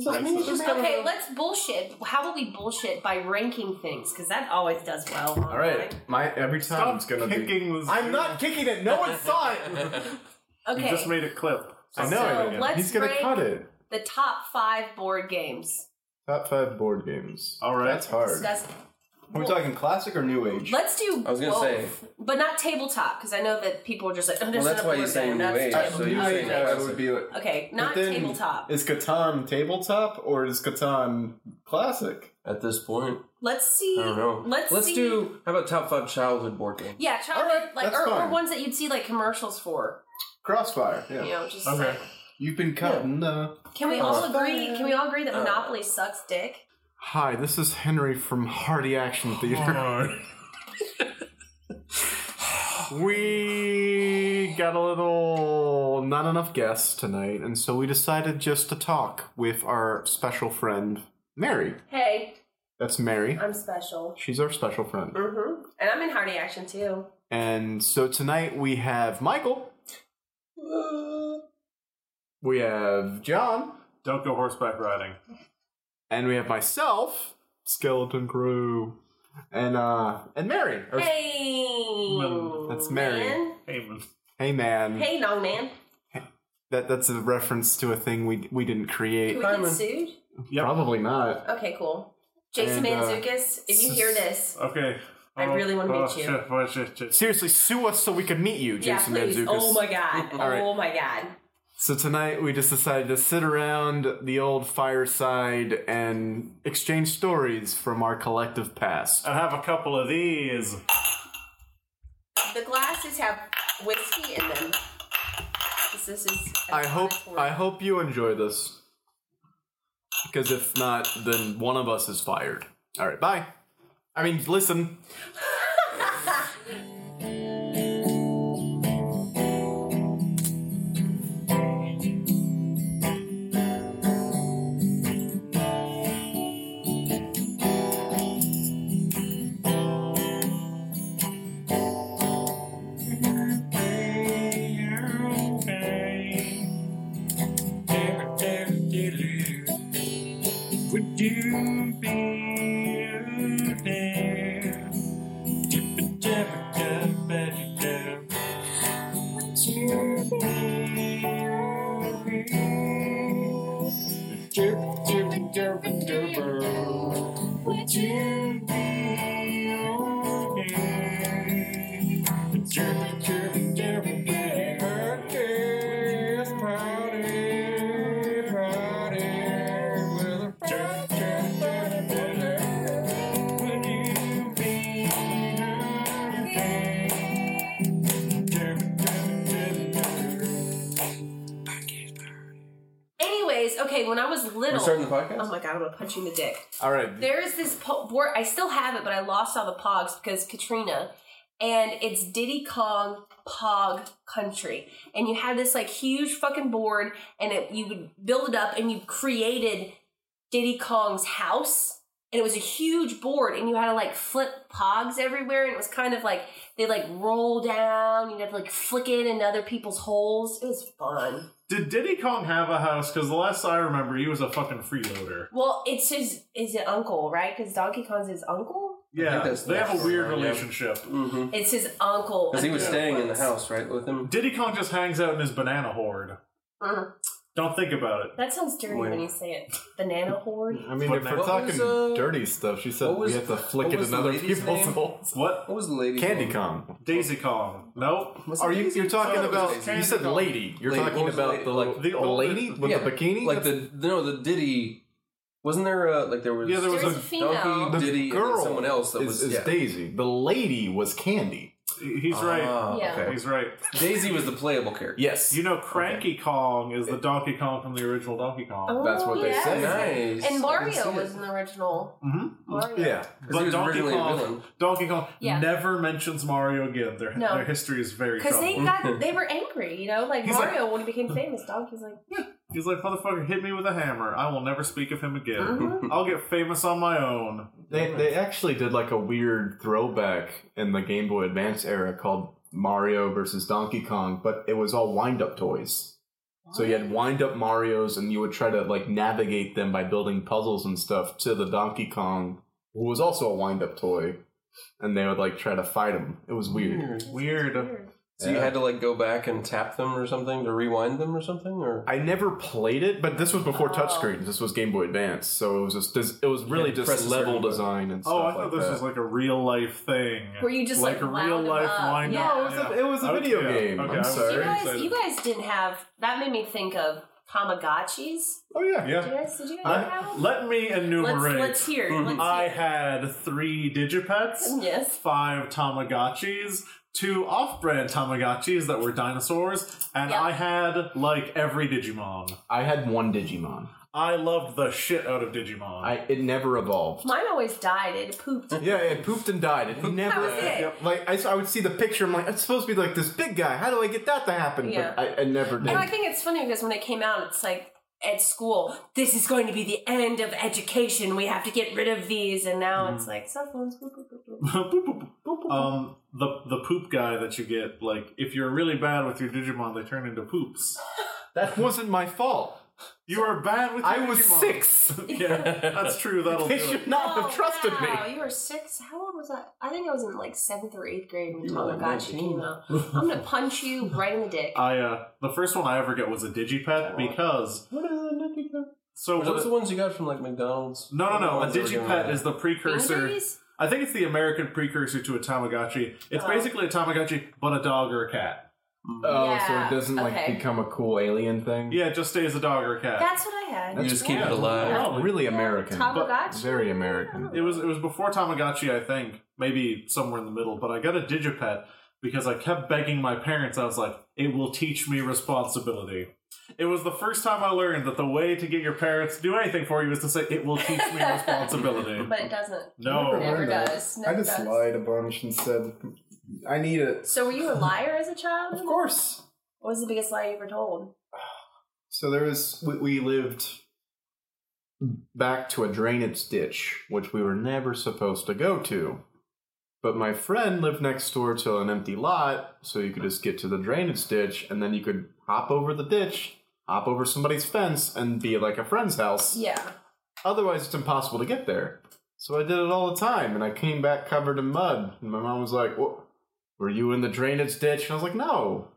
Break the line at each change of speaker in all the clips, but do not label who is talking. So
Right,
maybe
so-
just go
Okay,
with-
let's bullshit. How about we bullshit by ranking things? Because that always does well.
All right, my every time it's gonna be.
kicking was.
I'm not kicking it. No one saw it.
You
Okay.
just made it clip.
I know.
So,
it.
let's
He's gonna
rank-
cut it.
the top five board games.
Top five board games.
All right.
that's hard.
Discuss.
Are we talking classic or new age?
Let's do.
I was gonna
both,
say-
but not tabletop because I know that people are just like. I'm
Well,
just
that's
gonna
why
board
you're saying
game,
new
that's
age.
tabletop."
So you're
I-
saying
that
classic.
would be like-
Okay,
Oh, But
not
then,
tabletop.
Is Catan tabletop or is Catan classic?
At this point,
Let's see.
I don't know.
Let's
let's
see.
do. How about top five childhood board games?
Yeah, childhood,
All right,
like
that's
or, or
fine.
ones that you'd see like commercials for.
Crossfire. Yeah.
You know, just
Okay.
You've been cutting the.
can we all agree? Can we all agree that
Uh,
Monopoly sucks dick?
Hi, this is Henry from Hardy Action Theater. we got a little not enough guests tonight, and so we decided just to talk with our special friend Mary.
Hey,
That's Mary.
I'm special.
She's our special friend.
Mm-hmm. And I'm in Hardy Action too.
And so tonight we have Michael. We have John.
Don't go horseback riding.
and we have myself, skeleton crew, and uh, and Mary. Or-
Hey,
That's Mary.
man.
Amen.
Hey man,
Hey, long man.
that that's a reference to a thing we we didn't create.
Can we get sued?
Yep.
Probably not.
Okay, cool. Jason
And, uh,
Manzukis, if you hear this,
Okay.
I really wanna meet you.
shit, oh, shit, shit.
Seriously, sue us so we could meet you,
yeah,
Jason
please.
Manzoukas.
Oh my god.
All right.
Oh my god.
So tonight we just decided to sit around the old fireside and exchange stories from our collective past.
I have a couple of these.
The glasses have whiskey in them. 'Cause This is.
I hope
alcoholic
I
word.
hope you enjoy this. Because if not, then one of us is fired. All right, bye. I mean, listen.
Would you be there? Would you be Would you
Anyways, okay, when I was little.
We're starting the podcast.
Oh my god, I'm gonna punch you in the dick.
All right.
There is this po- board. I still have it, but I lost all the pogs because Katrina, and it's Diddy Kong Pog Country, and you had this like huge fucking board, and it you would build it up, and you created Diddy Kong's house, and it was a huge board, and you had to like flip pogs everywhere, and it was kind of like they like roll down, you had to like flick it in other people's holes. It was fun.
Did Diddy Kong have a house? Because the last I remember, he was a fucking freeloader.
Well, it's his is it uncle right? Because Donkey Kong's his uncle.
Yeah,
that's
they have
next
a weird
one, yeah.
relationship.
Mm-hmm.
It's his uncle.
Because he was
Yeah.
staying in the house, right, with him.
Diddy Kong just hangs out in his banana horde.
Mm.
Don't think about it.
That sounds dirty when you say it. Banana horde.
Mm-hmm. I mean,
What
if
now?
we're
What
talking
was, uh,
dirty stuff, she said
what was-
we have to
what
flick it
was
in
the
other
lady's
people's
name?
holes.
What?
What was the lady?
Candy
called?
Kong.
Daisy Kong? Nope.
Was it
Are you?
Daisy?
You're
I
talking
thought it was
about?
Daisy.
You said
Kong.
lady. You're
Lady. What
talking
was the
about
lady?
the like
The
the,
old-
lady with
Yeah,
the bikini,
Like
That's-
the no, the Diddy. Wasn't there a like there was?
Yeah, there was
There's
a
a female.
donkey- Diddy, and then someone else that
is,
was-
is
yeah.
Daisy. The lady was Candy.
He's right.
Ah,
Yeah.
okay.
He's right.
Daisy was the playable character.
Yes.
You know, Cranky Kong is the Donkey Kong from the original Donkey Kong.
Oh.
That's what they
yes.
say.
Nice.
And
I didn't see
Mario
it.
was in the original.
hmm
Mario.
yeah.
'Cause he
But
was
Donkey
originally a
Kong,
villain.
Donkey Kong
Yeah.
never mentions Mario again. Their,
No.
their history is very
Because
troubled.
they got they were angry, you know, like
He's
Mario when he became famous. Donkey's like,
He's like, motherfucker, hit me with a hammer. I will never speak of him again.
Mhm.
I'll get famous on my own.
They they actually did like a weird throwback in the Game Boy Advance era called Mario versus Donkey Kong, but it was all wind up toys. So you had wind up Mario's and you would try to like navigate them by building puzzles and stuff to the Donkey Kong, who was also a wind up toy, and they would like try to fight him. It was weird.
Weird.
So you
Yeah.
had to like go back and tap them or something to rewind them or something, or
I never played it, but this was before
Oh.
touchscreens. This was Game Boy Advance, so it was just this, it was really
Yeah, press
just
the
level
certain button.
design and stuff.
Oh, I thought
like
this
that.
was like a real life thing.
Where you just, like,
a real
wound
life
them up.
line.
Yeah.
No, it was a- it was a video game. I'm
I was
sorry.
You guys,
excited.
you guys didn't have that. Made me think of Tamagotchis.
oh yeah,
Did
Yeah.
you guys? Did you guys have
Let,
them?
let me
Let's,
enumerate.
let's hear.
Mhm.
Let's
I
hear.
had three Digipets,
Mm, Yes.
five Tamagotchis, two off-brand Tamagotchis that were dinosaurs, and
Yeah.
I had like every Digimon.
I had one Digimon.
I loved the shit out of Digimon.
I it never evolved.
Mine always died. It pooped.
Yeah, it pooped and died. It never.
That was it.
Yep. Like I, saw- I would see the picture. I'm like, it's supposed to be like this big guy. How do I get that to happen?
Yeah.
But I, I never did.
And I think it's funny because when it came out, it's like at school, this is going to be the end of education. We have to get rid of these, and now it's like cell phones. boop, boop, boop, boop.
Boop, boop, boop, boop, boop. um, the the poop guy that you get, like if you're really bad with your Digimon, they turn into poops.
that wasn't my fault.
You are bad with. Your
I was
Digimon.
six.
yeah, that's true. That'll do
They
it.
should not have trusted
Oh, wow,
me.
You were six. How old was I? I think I was in like seventh or eighth grade when
You were like
Tamagotchi
19.
came out. I'm gonna punch you right in the dick.
I uh, the first one I ever get was a Digipet because
what is a digipet?
so
Are
what-
those the ones you got from like McDonald's?
no no no a Digipet is the
Finger
precursor.
babies?
I think it's the American precursor to a Tamagotchi. It's
Oh.
basically a Tamagotchi but a dog or a cat.
Oh,
Yeah,
so it doesn't like
okay.
become a cool alien thing.
Yeah, it just stays a dog or a cat.
That's what I had.
You just keep
Yeah.
it alive.
Oh, really American.
Tamagotchi.
Very American.
It was it was before Tamagotchi, I think, maybe somewhere in the middle. But I got a Digipet because I kept begging my parents. I was like, "It will teach me responsibility." It was the first time I learned that the way to get your parents to do anything for you is to say, "It will teach me responsibility."
But it doesn't.
No.
It never
Never mind.
does.
I
Never
just
does.
lied a bunch and said, I need it.
So were you a liar as a child?
Of course.
What was the biggest lie you ever told?
So there was, we, we lived,
back to a drainage ditch, which we were never supposed to go to. But my friend lived next door to an empty lot, so you could just get to the drainage ditch, and then you could hop over the ditch, hop over somebody's fence, and be at, like a friend's house.
Yeah.
Otherwise, it's impossible to get there. So I did it all the time, and I came back covered in mud. And my mom was like, "Wha- "Were you in the drainage ditch?" And I was like, "No."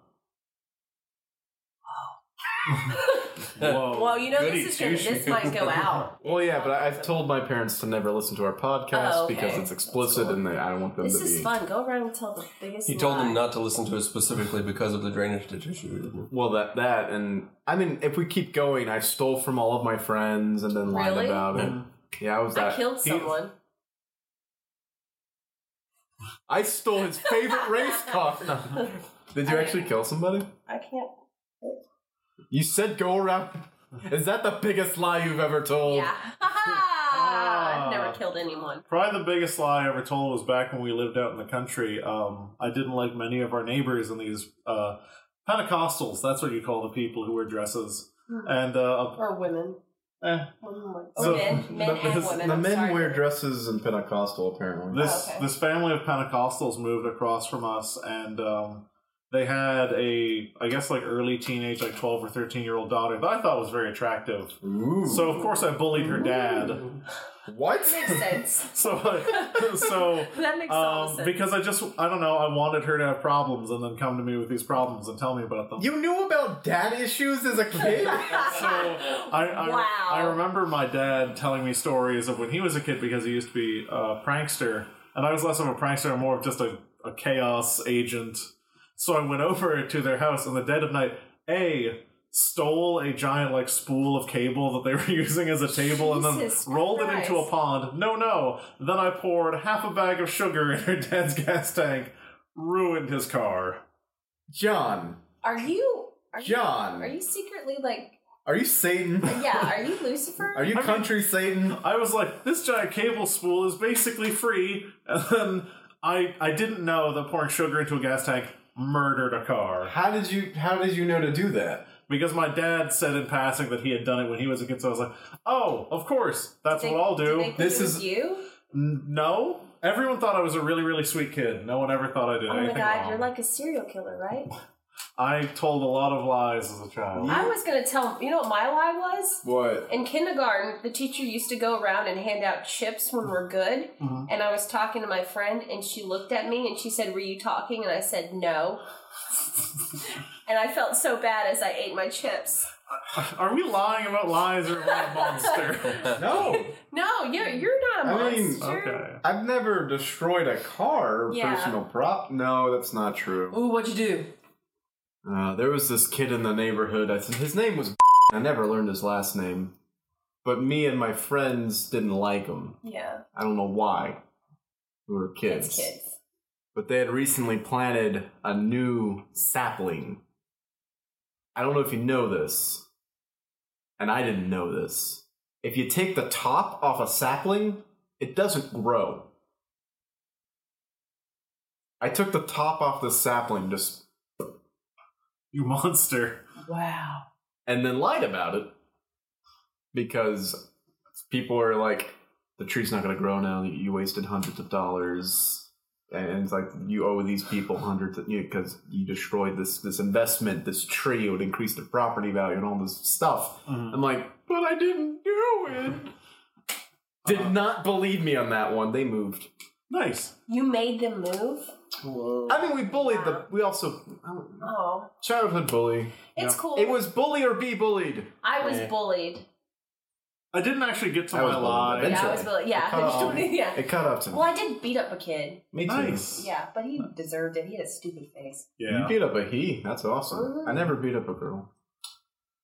Oh,
Whoa!
Well, you know
goody
this is gonna, this
two-shoes.
might go out.
Well, yeah, but I, I've told my parents to never listen to our podcast
Oh, okay.
because it's explicit,
That's cool.
and they, I don't want them
This
to
is
be.
fun. Go around and tell the biggest.
You told them
lie.
not to listen to it specifically because of the drainage ditch issue.
Well, that that and I mean, if we keep going, I stole from all of my friends and then lied
Really?
about it. Yeah, I was
I
that.
killed someone.
I stole his favorite race car. No. Did you actually kill somebody?
I can't.
You said go around. Is that the biggest lie you've ever told? Ah.
Yeah. I've never killed anyone.
Probably the biggest lie I ever told was back when we lived out in the country. Um, I didn't like many of our neighbors and these uh, Pentecostals. That's what you call the people who wear dresses.
Hmm.
And uh,
Or women.
eh,
Women were-
So-
or Oh, men. Men and
the-
women.
The
I'm
men
sorry.
wear dresses in Pentecostal, apparently.
this
Oh, okay.
this family of Pentecostals moved across from us, and um, they had a I guess like early teenage, like twelve or thirteen year old daughter that I thought was very attractive.
Ooh.
So of course I bullied her dad.
what?
That makes sense.
So I, so
That makes all the
um,
sense.
because I just I don't know I wanted her to have problems and then come to me with these problems and tell me about them.
You knew about dad issues as a kid?
So I, I,
Wow.
I remember my dad telling me stories of when he was a kid because he used to be a prankster, and I was less of a prankster and more of just a, a chaos agent. So I went over to their house in the dead of night. A stole a giant like spool of cable that they were using as a table and then
Jesus
rolled it into a
Christ.
pond. No, no. Then I poured half a bag of sugar in her dad's gas tank. Ruined his car.
John.
are you? Are
John.
You, are you secretly like?
Are you Satan?
Yeah. Are you Lucifer?
Are you
I mean-
country Satan?
I was like, this giant cable spool is basically free. And then I I didn't know that pouring sugar into a gas tank murdered a car
How did you how did you know to do that?
because my dad said in passing that he had done it when he was a kid. So I was like, oh, of course, that's
They-
what I'll
they
do.
think
This
it was
is-
you.
N- No, everyone thought I was a really really sweet kid. No one ever thought I did
Oh my
anything
god,
wrong.
you're like a serial killer, right?
I told a lot of lies as a child.
I was gonna tell you know what my lie was?
What?
In kindergarten, the teacher used to go around and hand out chips when we're good.
Mhm.
And I was talking to my friend, and she looked at me and she said, Were you talking? And I said, No. and I felt so bad as I ate my chips.
Are we lying about lies or am I a monster?
No,
No, you're, you're not a
I mean,
monster.
okay.
I've never destroyed a car or
Yeah.
personal prop. No, that's not true.
Ooh, what'd you do?
Uh, there was this kid in the neighborhood. I th- his name was. I never learned his last name, but me and my friends didn't like him.
Yeah,
I don't know why. We were kids.
it's kids.
But they had recently planted a new sapling. I don't know if you know this, and I didn't know this. If you take the top off a sapling, it doesn't grow. I took the top off the sapling just
You monster.
Wow.
and then lied about it because people are like, the tree's not going to grow now. You wasted hundreds of dollars, and it's like you owe these people hundreds of because you destroyed this this investment, this tree. It would increase the property value and all this stuff. I'm like, but I didn't do it. Did not believe me on that one. They moved.
Nice.
You made them move?
I mean, we bullied the. We also I don't know.
Oh,
childhood bully.
it's cool.
It was bully or be bullied.
I was bullied.
I didn't actually get to
I was
my
bullied
lie.
a bit.
Yeah, I was
Eventually.
bullied. Yeah,
It caught on.
yeah.
It caught up to me.
Well, I did beat up a kid.
Me too.
Nice.
Yeah, but he deserved it. He had a stupid face.
You
Yeah.
beat up a he. That's awesome.
Mhm.
I never beat up a girl.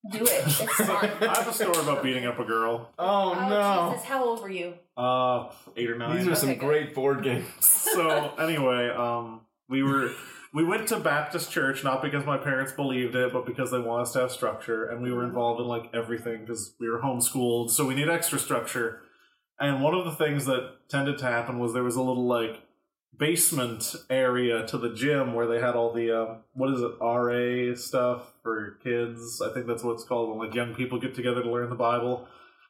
Do it. It's smart.
I have a story about beating up a girl.
Oh,
Jesus, how old were you?
Uh, eight or nine.
These are some
Okay, good.
great board games.
so anyway, um, we were we went to Baptist church not because my parents believed it, but because they want us to have structure, and we were involved in like everything because we were homeschooled, so we need extra structure. And one of the things that tended to happen was there was a little like basement area to the gym where they had all the um, what is it RA stuff for kids. I think that's what it's called when like young people get together to learn the Bible.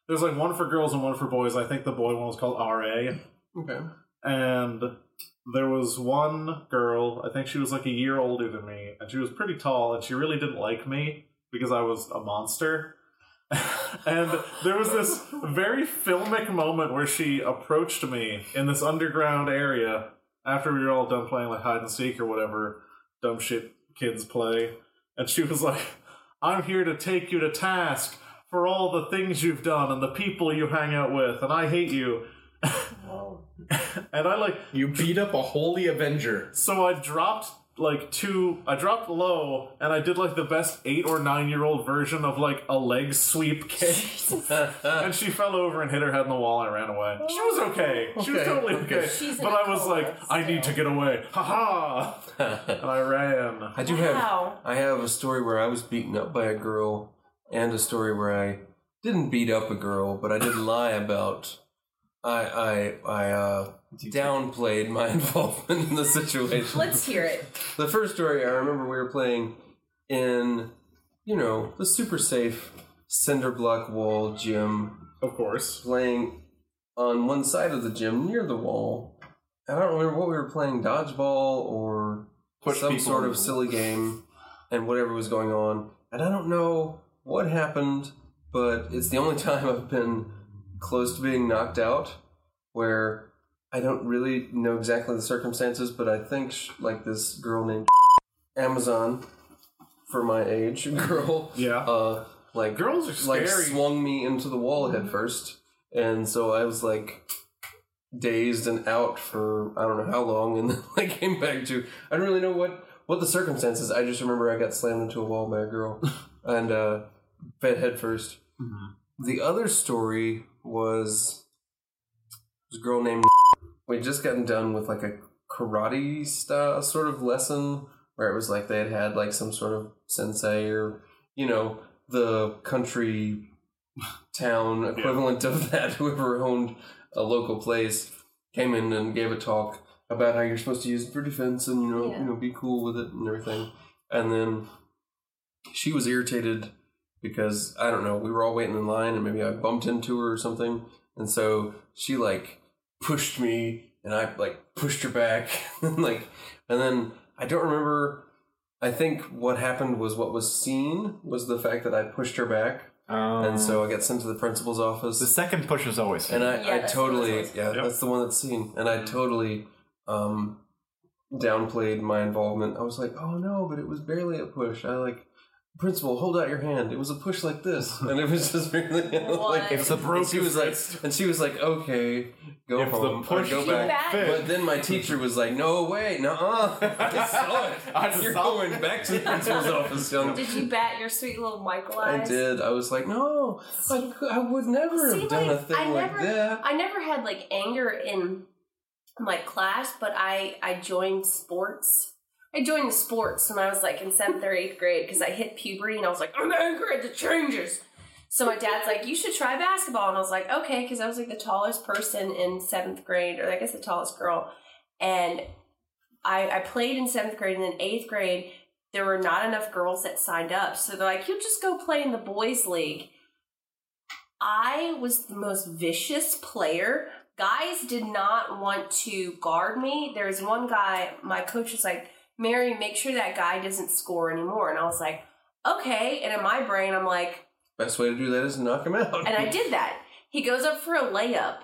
There's like one for girls and one for boys. I think the boy one was called RA
Okay.
and there was one girl i think she was like a year older than me and she was pretty tall and she really didn't like me because i was a monster and there was this very filmic moment where she approached me in this underground area after we were all done playing like hide and seek or whatever dumb shit kids play and she was like i'm here to take you to task for all the things you've done and the people you hang out with and i hate you and i like
You beat up a holy Avenger.
so I dropped like two. I dropped low, and I did like the best eight or nine year old version of like a leg sweep kick, and she fell over and hit her head in the wall and ran away. She was okay. She was
Okay,
totally
okay.
okay.
She's
but
in a
I was
coma
like, I need to
still.
get away. Ha ha! And I ran.
I do
Wow.
have I have a story where I was beaten up by a girl and a story where I didn't beat up a girl, but I did lie about I I I uh downplayed my involvement in the situation.
Let's hear it.
the first story I remember we were playing in you know, the super safe cinder block wall gym
Of course.
playing on one side of the gym near the wall. I don't remember what we were playing dodgeball or
Push
some
people
sort
in
of
the-
silly game and whatever was going on. And I don't know what happened, but it's the only time I've been close to being knocked out where I don't really know exactly the circumstances, but I think sh- like this girl named Amazon for my age girl
Yeah.
uh like
Girls are
like
scary.
swung me into the wall head first, and so I was like dazed and out for I don't know how long, and then I came back to I don't really know what what the circumstances. I just remember I got slammed into a wall by a girl and uh, fed head 1st The other story was this girl named we would just gotten done with like a karate style sort of lesson where it was like they had had like some sort of sensei or you know the country town equivalent of that whoever owned a local place came in and gave a talk about how you're supposed to use it for defense and you know
Yeah.
you know be cool with it and everything and then she was irritated because I don't know we were all waiting in line and maybe I bumped into her or something and so she like pushed me and I like pushed her back and like and then I don't remember I think what happened was what was seen was the fact that I pushed her back,
Um,
and so I got sent to the principal's office.
the second push is always.
and I,
Yeah,
I
that's the one
totally
that's-
yeah
Yep.
that's the one that's seen and
Mm-hmm.
I totally um downplayed my involvement I was like oh no but it was barely a push I like principal hold out your hand it was a push like this and it was just really like
What? If
the
and she
broken
was like
fist.
and she was like okay go
If the
home or
push
go
You
back
back?
but then my teacher was like no way no I saw it
I
you're
saw
going back to the principal's office young
Did you bat your sweet little Michael
I
eyes?
did. I was like, no, I, cou- I would never
See,
have done
like,
a thing
I
like
never-
that.
I never had like anger in my class, but I I joined sports. I joined sports when I was like in seventh or eighth grade because I hit puberty and I was like, I'm angry at the changes. So my dad's like, you should try basketball, and I was like, okay, because I was like the tallest person in seventh grade, or I guess the tallest girl, and I, I played in seventh grade, and then eighth grade there were not enough girls that signed up, so they're like, you just go play in the boys' league. I was the most vicious player. Guys did not want to guard me. There was one guy, my coach was like, Mary, make sure that guy doesn't score anymore. And I was like, okay. And in my brain, I'm like,
Best way to do that is knock him out.
and I did that. He goes up for a layup,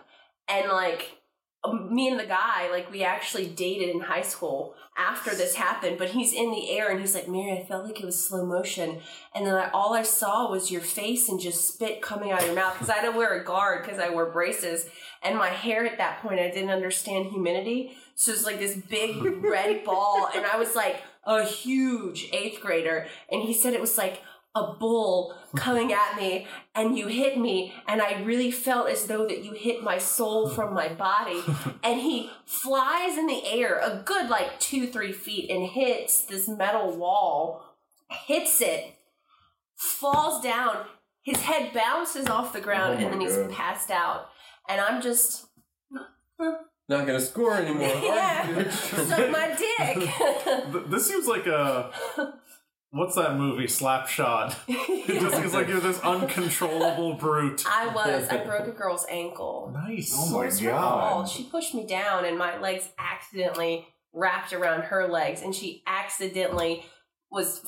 and like, um, me and the guy, like, we actually dated in high school after this happened, but he's in the air and he's like, Mary, I felt like it was slow motion. And then I, all I saw was your face and just spit coming out of your mouth because I had to wear a guard because I wore braces. And my hair at that point, I didn't understand humidity. So it's like this big red ball. And I was like a huge eighth grader. And he said it was like a bull coming at me and you hit me. And I really felt as though that you hit my soul from my body. And he flies in the air a good like two, three feet and hits this metal wall, hits it, falls down. His head bounces off the ground
Oh my
and then he's
God.
passed out. And I'm just
not gonna score anymore. are you?
yeah, suck my dick.
Th- This seems like a what's that movie? Slapshot. It just seems like you're this uncontrollable brute.
I was. I broke a girl's ankle.
Nice.
Oh my
It was her fault.
god.
She pushed me down, and my legs accidentally wrapped around her legs, and she accidentally was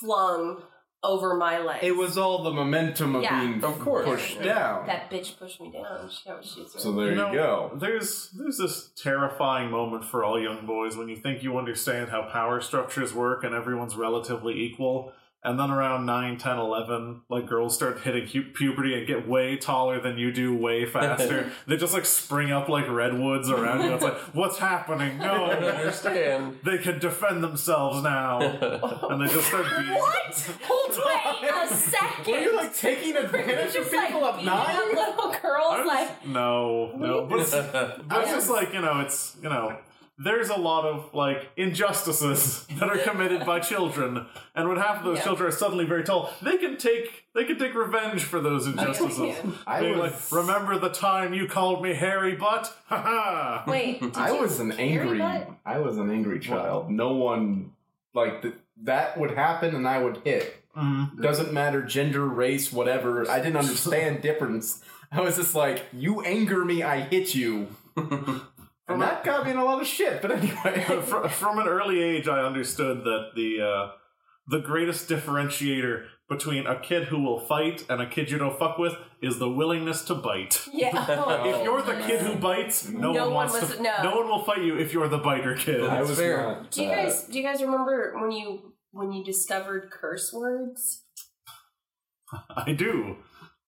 flung over my legs.
It was all the momentum of
Yeah.
being
Of course.
pushed
Yeah.
down.
that bitch pushed me down. She got what she deserved.
So there you,
know,
go.
There's there's this terrifying moment for all young boys when you think you understand how power structures work and everyone's relatively equal. And then around 9, 10, 11, like girls start hitting hu- puberty and get way taller than you do, way faster. they just like spring up like redwoods around you. It's like, what's happening?
I don't
No,
understand.
they can defend themselves now. And they just start beating.
what? Hold wait a second.
Were you like taking advantage of
Just, like,
people of
beating
nine?
up little
I
girls
was-
like
no, no. But it's, I was just like, you know, it's you know, there's a lot of like injustices that are committed by children, and when half of those
Yeah.
children are suddenly very tall, they can take they can take revenge for those injustices.
Yeah.
I
Being
was-
like, remember the time you called me hairy butt? Ha ha!
wait. did
I
you
was an
carry
angry
butt?
I was an angry child. No one like th- that would happen and I would hit.
Mm.
Doesn't matter gender, race, whatever. I didn't understand difference. I was just like, you anger me, I hit you. and that got me in a lot of shit. But
Mm-hmm.
anyway,
Fr- From an early age, I understood that the uh, the greatest differentiator between a kid who will fight and a kid you don't fuck with is the willingness to bite.
Yeah.
If you're the kid who bites, no,
No
one,
one
wants
wants
to.
to- no.
one will fight you if you're the biter kid.
I
That's
was
fair.
not,
Do you
uh,
guys do you guys remember when you when you discovered curse words?
I do.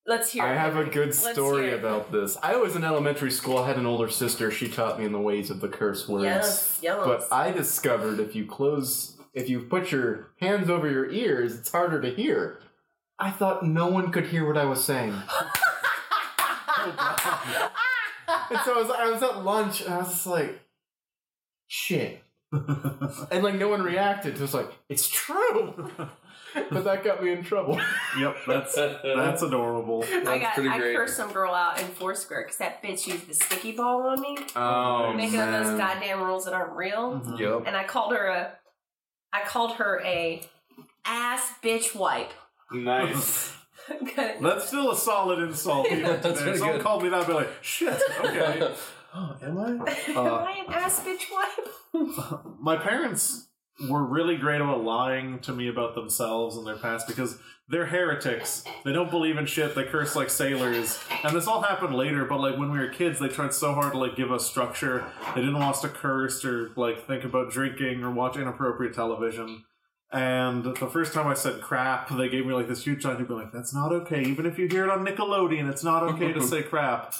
Let's hear.
I
it.
have a good
Let's
story
hear it.
about this. I was in elementary school. I had an older sister. She taught me in the ways of the curse words.
Yes, yes.
But I discovered if you close, if you put your hands over your ears, it's harder to hear. I thought no one could hear what I was saying.
Oh,
and so I was, I was at lunch and I was just like, shit. and like no one reacted. So it's like, it's true. but that got me in trouble.
Yep, that's that's adorable.
I got
pretty
I
great.
cursed some girl out in Foursquare because that bitch used the sticky ball on me,
Oh,
making up those goddamn rules that aren't real.
Mhm.
Yep.
And I called her a, I called her a ass bitch wipe.
Nice.
Okay.
That's still a solid insult. Even
That's
today.
pretty
Someone
good.
called me that, I'd be like, shit. Okay.
oh, am I?
Am I an ass bitch wipe?
My parents were really great about lying to me about themselves and their past because they're heretics. They don't believe in shit. They curse like sailors. And this all happened later, but like when we were kids, they tried so hard to like give us structure. They didn't want us to curse or like think about drinking or watch inappropriate television. And the first time I said crap, they gave me like this huge sign to be like, that's not okay. Even if you hear it on Nickelodeon, it's not okay to say crap.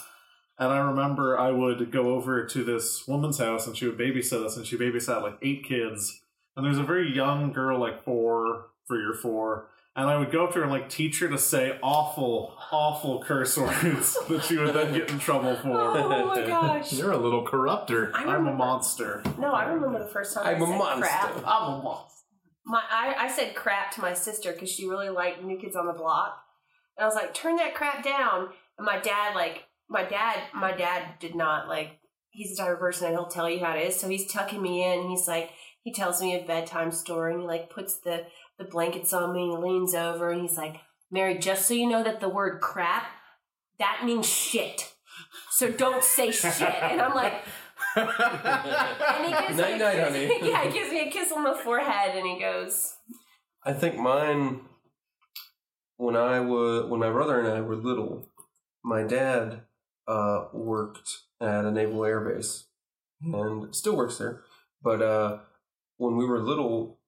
And I remember I would go over to this woman's house and she would babysit us, and she babysat like eight kids. And there's a very young girl, like four, three or four. And I would go up to her and like teach her to say awful, awful curse words that she would then get in trouble for.
Oh my gosh.
You're a little corrupter.
I
I'm a
remember,
monster.
No, I remember the first time i
I'm a
said
monster.
crap.
I'm a monster.
My, I, I said crap to my sister because she really liked New Kids on the Block. And I was like, turn that crap down. And my dad, like, my dad, my dad did not, like, he's the type of person that he'll tell you how it is. So he's tucking me in. And he's like, he tells me a bedtime story and he, like, puts the, the blankets on me and he leans over and he's like, Mary, just so you know that the word crap, that means shit. So don't say shit. And I'm like, and he gives me
Night,
a
night,
kiss-
honey.
yeah, he gives me a kiss on the forehead and he goes,
I think mine when I was when my brother and I were little, my dad uh, worked at a naval air base and still works there. But uh, when we were little,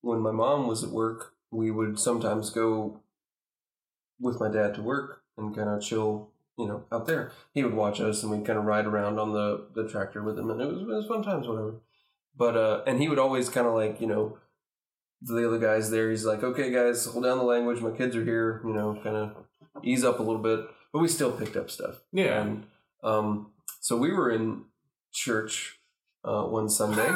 when my mom was at work, we would sometimes go with my dad to work and kind of chill, you know, out there. He would watch us and we'd kind of ride around on the, the tractor with him, and it was, it was fun times, whatever. But uh, and he would always kind of like you know the other guys there. He's like, okay, guys, hold down the language. My kids are here. You know, kind of ease up a little bit. But we still picked up stuff.
Yeah.
And um, so we were in church uh, one Sunday,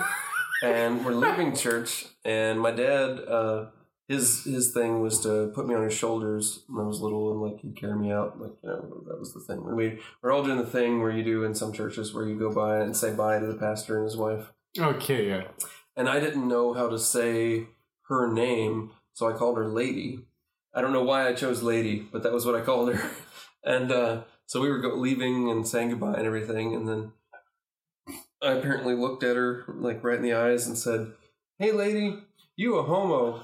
and we're leaving church, and my dad, uh, his his thing was to put me on his shoulders when I was little, and like he'd carry me out, like you know that was the thing. And we we're all doing the thing where you do in some churches where you go by and say bye to the pastor and his wife
Okay, yeah.
and I didn't know how to say her name, so I called her Lady. I don't know why I chose Lady, but that was what I called her. And uh, so we were go- leaving and saying goodbye and everything, and then I apparently looked at her like right in the eyes and said, "Hey, Lady, you a homo?"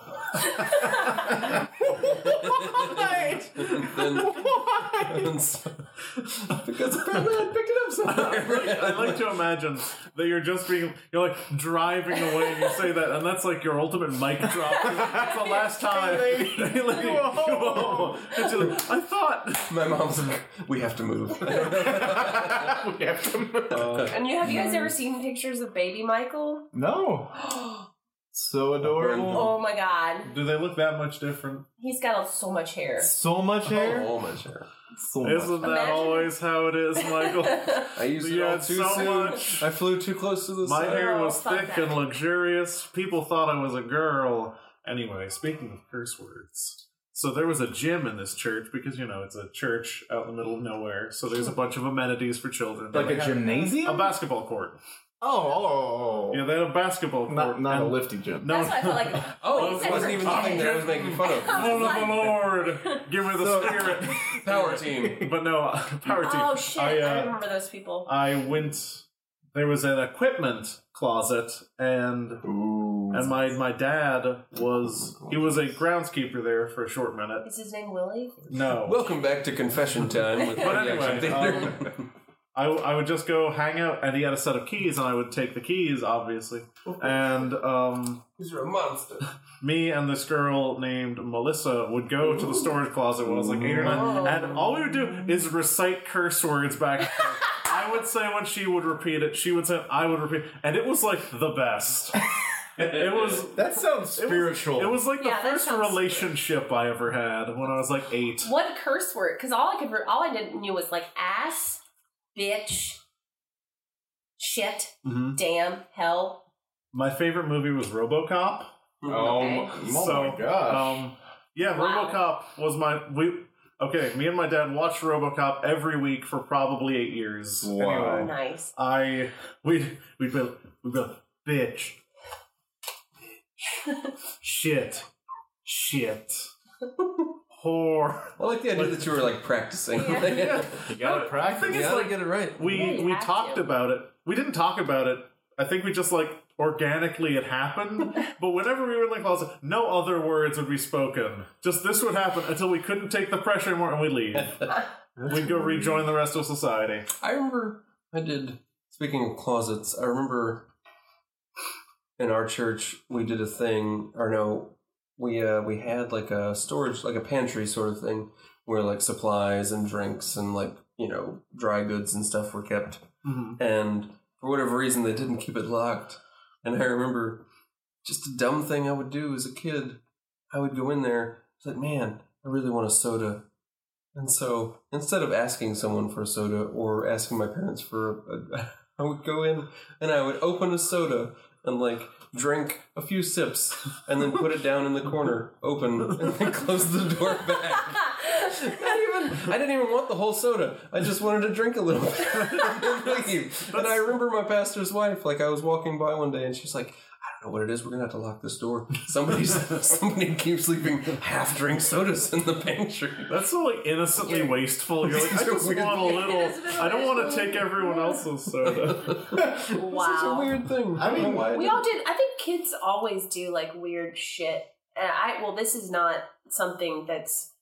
And then- and so- because apparently I picked it up
I like-
somewhere.
I like to imagine that you're just being, you're like driving away and you say that, and that's like your ultimate mic drop. That's the last time. Hey, lady, you a homo. And you're like, I thought.
My mom's like, "We have to move."
We have to-
Uh,
And you have you guys ever seen pictures of baby Michael?
no. So adorable.
Oh my god.
Do they look that much different?
He's got so much hair.
So much hair.
Oh, my chair.
So
Isn't
much.
that
Imagine-
always how it is, Michael?
I used
You
it all
had
too
so
soon.
much.
I flew too close to the
My
sun.
hair
Oh,
was
fuck
thick
that.
and luxurious. People thought I was a girl. Anyway, speaking of curse words. So there was a gym in this church because you know it's a church out in the middle of nowhere. So there's a bunch of amenities for children.
Like
They
a
had
gymnasium?
a basketball court.
oh, oh,
Yeah, they had a basketball court.
Not, not a
and-
lifty gym.
No,
That's what I felt like.
Oh,
He
it
said
wasn't even the
forget
thing
it.
that I was making fun of.
Oh, the Lord, give me the
So-
spirit.
Power team.
But no, uh, power team.
Oh shit,
I,
I,
uh,
remember those people.
I went. There was an equipment closet, and
Ooh.
and my my dad was he was a groundskeeper there for a short minute.
Is his name Willie?
No,
Welcome back to confession time with
But
Party Action
anyway, um,
Theater.
I I would just go hang out, and he had a set of keys, and I would take the keys, obviously, and um.
You're a monster.
me and this girl named Melissa would go to the storage closet when I was like eight or nine, and all we would do is recite curse words back. and forth. I would say when she would repeat it, she would say I would repeat, and it was like the best. It, it was.
That sounds spiritual.
It was like the
Yeah, that
first
sounds-
relationship I ever had when I was like eight.
What curse word? Because all I could, re- all I didn't knew was like ass, bitch, shit,
Mhm.
damn, hell.
My favorite movie was RoboCop.
oh,
Okay.
my- oh
So,
my gosh.
Um, yeah,
Wow.
RoboCop was my we. Okay, me and my dad watched RoboCop every week for probably eight years.
Wow.
Anyway,
Nice.
I we'd we'd be we'd be like, bitch, shit, shit, whore.
I like the idea that you were like practicing.
Yeah.
you gotta practice.
Thing
You
is,
gotta
like,
get it right.
we
Yeah, you
we
have
talked
to.
about it. We didn't talk about it. I think we just like organically it happened. but whenever we were in the closet, no other words would be spoken. Just this would happen until we couldn't take the pressure anymore and we leave. We'd go rejoin the rest of society.
I remember I did. Speaking of closets, I remember in our church we did a thing, or no, we uh, we had like a storage, like a pantry sort of thing, where like supplies and drinks and like you know dry goods and stuff were kept. And for whatever reason, they didn't keep it locked. And I remember just a dumb thing I would do as a kid. I would go in there, it's like, man, I really want a soda. And so instead of asking someone for a soda or asking my parents for a, I would go in and I would open a soda and like drink a few sips and then put it down in the corner, open, and then close the door back. Not even. I didn't even want the whole soda. I just wanted to drink a little bit and then leave. And I remember my pastor's wife. Like I was walking by one day, and she's like, "I don't know what it is. We're gonna have to lock this door. Somebody's somebody keeps leaving half drink sodas in the pantry."
That's so like innocently wasteful. You're like, I just
Weird.
want a
It is a bit
little. I don't want to
wasteful.
take everyone else's soda.
It's a
Wow.
weird thing.
I mean,
why? I
We
did
all did. I think kids always do like weird shit. And I well, this is not something that's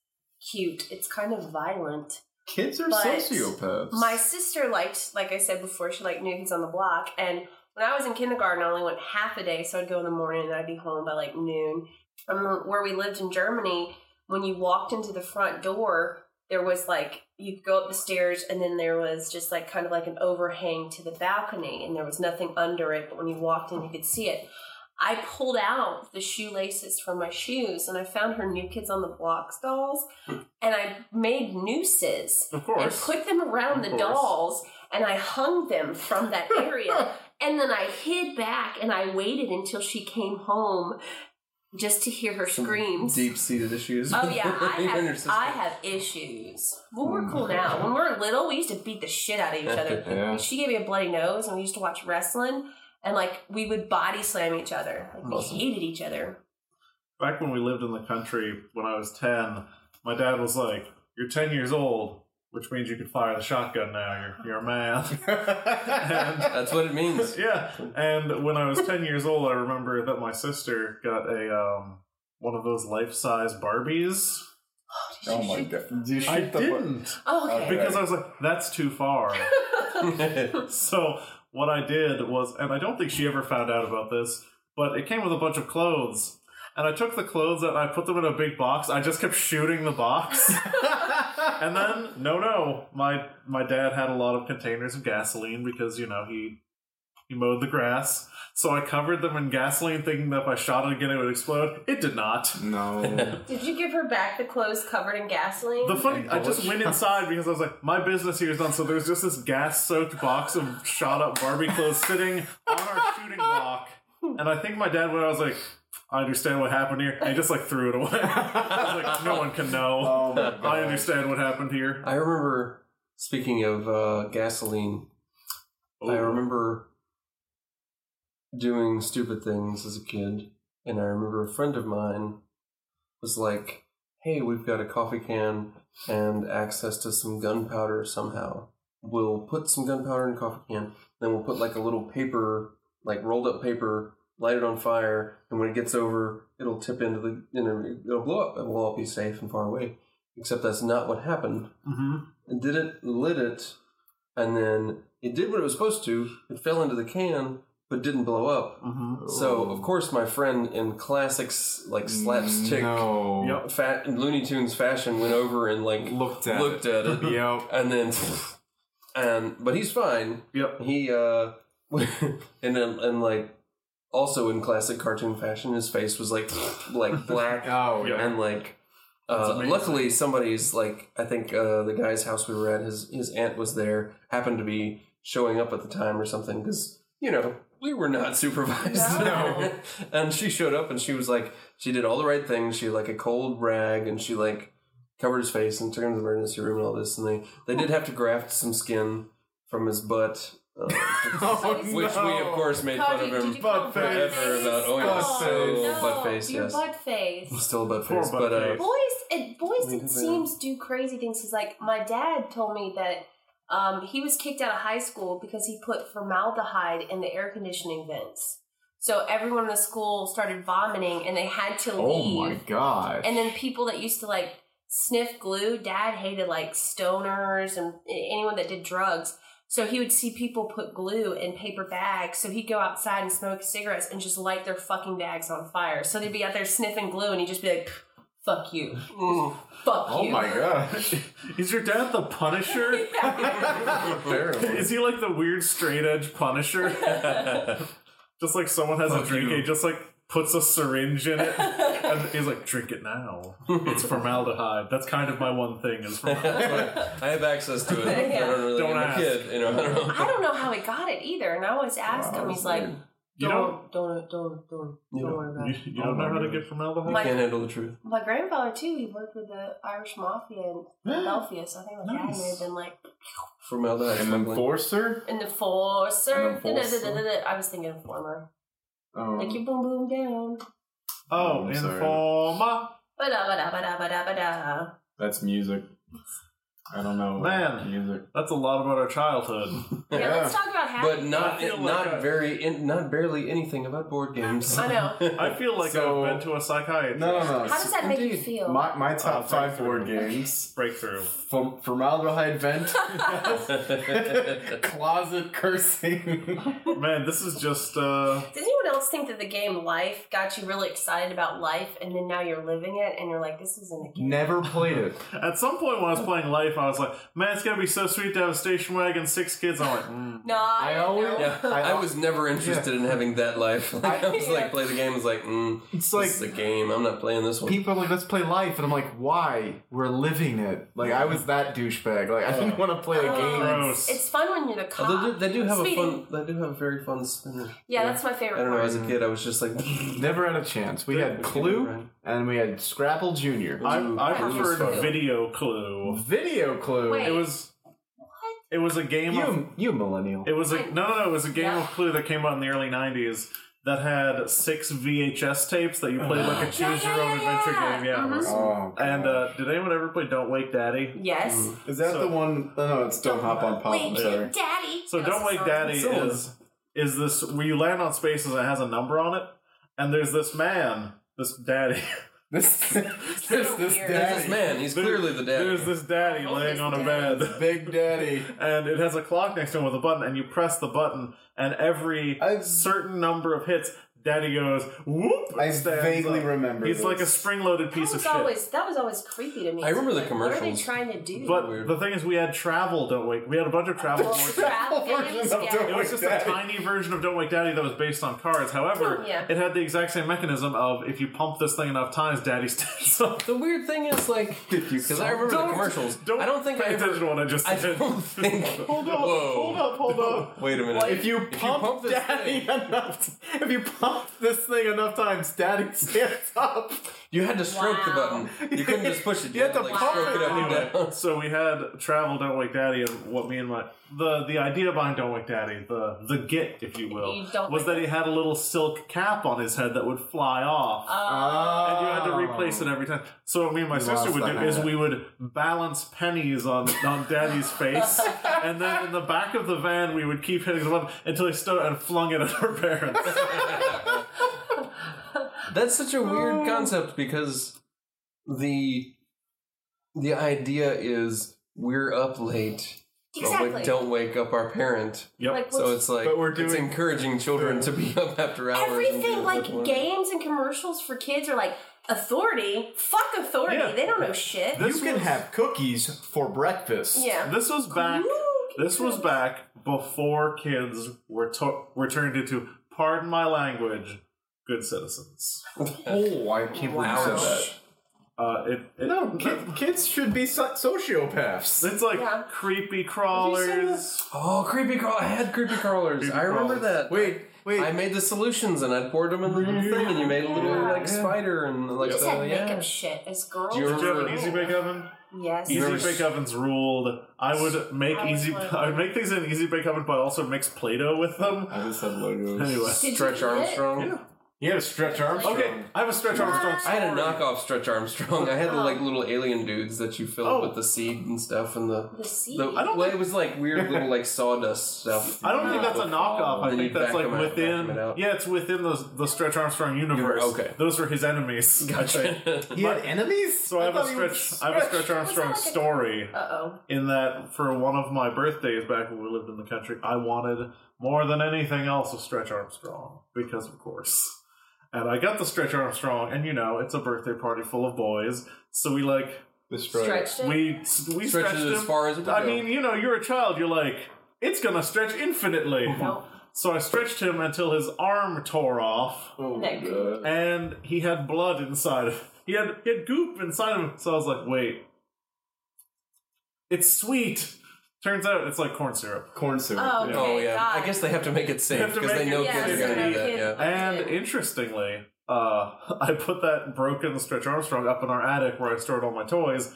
cute. It's kind of violent.
Kids are
But
sociopaths.
My sister liked, like I said before, she liked New Kids on the Block. And when I was in kindergarten, I only went half a day, so I'd go in the morning and I'd be home by like noon. From where we lived in Germany, when you walked into the front door, there was like you could go up the stairs, and then there was just like kind of like an overhang to the balcony, and there was nothing under it. But when you walked in, you could see it. I pulled out the shoelaces from my shoes, and I found her New Kids on the Block dolls, and I made nooses
Of
and
course.
put them around the
course.
dolls and I hung them from that area. and then I hid back and I waited until she came home just to hear her
Some
screams.
Deep-seated issues.
Oh yeah,
with
I
you and your
have,
sister.
I have issues. Well, we're cool now. When we were little, we used to beat the shit out of each other.
Yeah.
She gave me a bloody nose, and we used to watch wrestling, and like we would body slam each other. Like, we
Awesome.
hated each other.
Back when we lived in the country, when I was ten, my dad was like, "You're ten years old." Which means you can fire the shotgun now. You're, you're a man. And
That's what it means.
yeah. And when I was ten years old, I remember that my sister got a um, one of those life size Barbies.
Did
Oh
you
my
shoot-
god! Did you
I
shoot the bu-
didn't
Oh, okay.
because I was like, that's too far.
Uh,
so what I did was, and I don't think she ever found out about this, but it came with a bunch of clothes. And I took the clothes and I put them in a big box. I just kept shooting the box. and then, no, no, my my dad had a lot of containers of gasoline because you know he he mowed the grass. So I covered them in gasoline, thinking that if I shot it again, it would explode. It did not.
no.
Did you give her back the clothes covered in gasoline?
The funny, I just went inside because I was like, my business here is done. So there was just this gas-soaked box of shot-up Barbie clothes sitting on our shooting block, and I think my dad, when I was like, I understand what happened here, and he just like threw it away. I was like, no one can know.
Oh my god!
I understand what happened here.
I remember. Speaking of uh, gasoline, I remember doing stupid things as a kid, and I remember a friend of mine was like, "Hey, we've got a coffee can and access to some gunpowder somehow. We'll put some gunpowder in a coffee can, then we'll put like a little paper, like rolled up paper, light it on fire, and when it gets over, it'll tip into the, you know, it'll blow up, and we'll all be safe and far away." Except that's not what happened
hmm
and did it, lit it, and then it did what it was supposed to. It fell into the can, but didn't blow up.
hmm
So
Oh.
of course, my friend in classics
Mm,
like slapstick,
No.
Yep.
fat and Looney Tunes fashion went over and like
Looked at.
looked at it,
it. Yep.
and then, and but he's fine.
Yep.
He uh, and then and like also in classic cartoon fashion, his face was like like black
Oh yeah.
and like
That's
uh,
amazing.
luckily somebody's like i think uh, the guy's house we were at his his aunt was there happened to be showing up at the time or something because you know we were not supervised
No.
and she showed up and she was like she did all the right things she had like a cold rag and she like covered his face and took him to the emergency room and all this and they they did have to graft some skin from his butt uh,
Oh,
which we of course made
How
fun
did,
of
did
him
you call her
Buttface.
buttface?
Forever about- oh, yeah, so
no,
buttface,
Your
yes.
butt face.
still a butt
Poor
face
butt
but uh,
face.
boys it, boys
Maybe
it
they-
seems do crazy things because like my dad told me that um, he was kicked out of high school because he put formaldehyde in the air conditioning vents So everyone in the school started vomiting and they had to
Oh
leave.
my god.
And then people that used to like sniff glue, dad hated like stoners and anyone that did drugs. So he would see people put glue in paper bags. So he'd go outside and smoke cigarettes and just light their fucking bags on fire. So they'd be out there sniffing glue and he'd just be like, fuck you. Fuck
oh
you.
my god.
Is your dad the Punisher?
Terrible.
Is he like the weird straight edge Punisher? just like someone has a
Fuck
drink,
you.
and he just like puts a syringe in it, and he's like, "Drink it now.
uh,
It's formaldehyde." That's kind of my one thing is formaldehyde.
I have access to it. I don't really.
Don't
I'm a
ask.
kid, you know. I don't know.
I don't know how he got it either. And I always
Oh,
ask him, he's like,
You don't.
don't, don't, don't,
You
don't
don't-
worry about
You,
it.
you don't know how to get
You
formaldehyde.
My-
can't handle the truth.
My grandfather, too, he worked with the Irish Mafia in Philadelphia. So I think my dad may have been like,
Formaldehyde.
An
smuggling.
enforcer?
An enforcer.
An enforcer.
Da-da-da-da-da. I was thinking informer.
Um,
Like you boom boom down.
Oh,
I'm sorry.
informer.
Ba-da ba-da ba-da ba-da ba-da.
That's music. I don't know.
Man.
Music.
That's a lot about our childhood.
Yeah, let's talk about happy.
But not
I feel like
not
I-
very in, not barely anything about board games.
I know.
I feel like
So-
I've been to a psychiatrist.
No, no, no.
How does that make you
Indeed.
feel?
My, my top
Uh,
five
breakthrough.
board games
Breakthrough.
Form- formaldehyde vent, closet cursing.
Man, this is just. uh
Does anyone else think that the game Life got you really excited about life, and then now you're living it, and you're like, this isn't a game?
Never played it.
At some point when I was playing Life, I was like, "Man, it's gonna be so sweet to have a station wagon, six kids." I'm like, mm.
No, Oh, I,
I
don't
always-
know.
Yeah, I,
I-
was never interested in having that life. Like, I was like, play the game. I was like, mm,
It's
this is a
like
game. I'm not playing this one.
people are like, let's play life, and I'm like, why? We're living it. Like I was that douchebag. Like I didn't want to play a
Oh,
game.
Gross.
It's, it's fun when you're the cop.
Although they, they do have
Sweetie.
a fun. They do have a very fun spinner.
Yeah, that's my
I
favorite
don't know.
part.
As a kid, I was just like,
Never had a chance. We had
Right.
Clue and we had Scrabble Junior.
I,
Ooh,
I
Clue is
preferred
fun.
Video Clue.
Video Clue.
Wait.
It was. It was a game of.
You, you millennial.
It was a no, no, no. It was a game
Yeah.
of Clue that came out in the early '90s that had six VHS tapes that you played like a
Yeah,
choose your
yeah,
own
yeah,
adventure
yeah. Uh-huh.
game. Yeah. it was-
Oh,
And uh, did anyone ever play Don't Wake Daddy?
Yes.
is that
so-
the one? oh, no, it's Don't Hop on Pop. I'm
Wait,
sorry.
Daddy.
So
That's
Don't
the
Wake
song.
Daddy
Similar.
is is this where you land on spaces and it has a number on it, and there's this man, this daddy.
This, this,
So
this
weird.
There's this
daddy,
man. He's clearly the dad.
There's this daddy
Oh,
laying
this
on a
daddy.
bed.
Big Daddy.
and it has a clock next to him with a button, and you press the button, and every
I've-
certain number of hits, Daddy goes whoop.
I
stands
vaguely
up.
remember.
He's like a
this.
spring-loaded piece
that was
of shit.
always that was always creepy to me.
I remember the
Like, What are they
commercials.
trying to do?
but
Weird.
the thing is, we had travel. Don't wake. We had a bunch of travel.
Well,
boards.
trap
version
games,
of
yeah.
Don't
It
Wake
was just
Daddy.
a tiny version of Don't Wake Daddy that was based on cards. However,
Oh, Yeah.
it had the exact same mechanism of if you pump this thing enough times, Daddy stands up.
the weird thing is like, because I remember the commercials.
Don't
I don't think
pay
I
attention to
ever.
what I just
I
said.
don't think.
Hold up!
Whoa.
Hold up! Hold up!
Wait a minute.
If you pump,
pump this
Daddy enough, if you pump this thing enough times, Daddy stands up.
You had to stroke
Wow.
the button. You couldn't just push it.
You had to
like
pump
stroke
it.
it up and down.
anyway, so we had travel don't wake daddy and what me and my the the idea behind don't wake daddy the the git if you will
You don't
was
like
that he had a little silk cap on his head that would fly off and you had to
Oh.
replace it every time so what me and my sister
lost
would
that
do is
habit.
we would balance pennies on on daddy's face and then in the back of the van we would keep hitting the button until he stood and flung it at her parents
That's such a
Oh.
weird concept because the the idea is we're up late,
exactly.
but we don't wake up our parent.
yep
like
So
what's-
it's like
But we're
it's
doing-
encouraging children to be up after hours. and
everything
do
like
what they want.
games and commercials for kids are like authority. Fuck authority.
Yeah.
They don't know shit.
You can have cookies for breakfast.
yeah.
This was back.
Ooh,
This was back before kids were to- were turned into. Pardon my language. Good citizens.
Oh, I can't believe you said that.
Uh, it, it
No, ki- kids should be so- sociopaths.
It's like
Yeah.
creepy crawlers.
Oh, creepy crawl! I had creepy crawlers.
Creepy
I remember
crawlers.
that.
Wait, wait.
I made the solutions and I poured them in the little thing, and you made a little
Yeah.
like spider and like
Just
the-
had
yeah.
makeup shit as girls.
Do you
Did you have an
Oh.
easy bake oven?
Yes.
Easy
remember-
bake ovens ruled. I would make
I was
easy.
like-
I would make things in an easy bake oven, but also mix Play-Doh with them.
I just said logos.
Anyway,
Did you
Stretch
do it?
Armstrong.
He had a stretch arm.
Okay, I have a stretch Armstrong
I
story.
had a knockoff Stretch Armstrong. I had the like little alien dudes that you filled
Oh.
with the seed and stuff, and the
The seed.
The,
I don't
well,
think-
it was like weird little like sawdust stuff.
I don't think that's a
Before,
knockoff. I
and
think
you
that's
back
like
them out, back
within.
them out.
Yeah, it's within the the Stretch Armstrong universe.
okay.
those were his enemies. I think.
He had enemies.
So I have a
thought he was
stretch. I have a Stretch Armstrong
like a-
story.
Uh oh.
in that for one of my birthdays back when we lived in the country, I wanted more than anything else a Stretch Armstrong because, of course. And I got the Stretch Armstrong, and you know it's a birthday party full of boys, so we like
Destroy it.
Stretched it.
we we
Stretched it as
him.
far as it would
I
go.
mean, you know, you're a child. You're like it's gonna stretch infinitely.
Uh-huh.
No.
So I stretched him until his arm tore off,
Oh,
Nick.
God.
and he had blood inside of he had he had goop inside of him. So I was like, wait. It's sweet. Turns out it's like corn syrup.
Corn syrup.
Oh,
yeah.
Oh
Okay,
yeah,
God.
I guess they have to make it
They
safe
have to
because they
make it
know
safe.
kids are
Yeah,
gonna do that.
kids.
Yeah.
And
Okay.
interestingly, uh, I put that broken Stretch Armstrong up in our attic where I stored all my toys.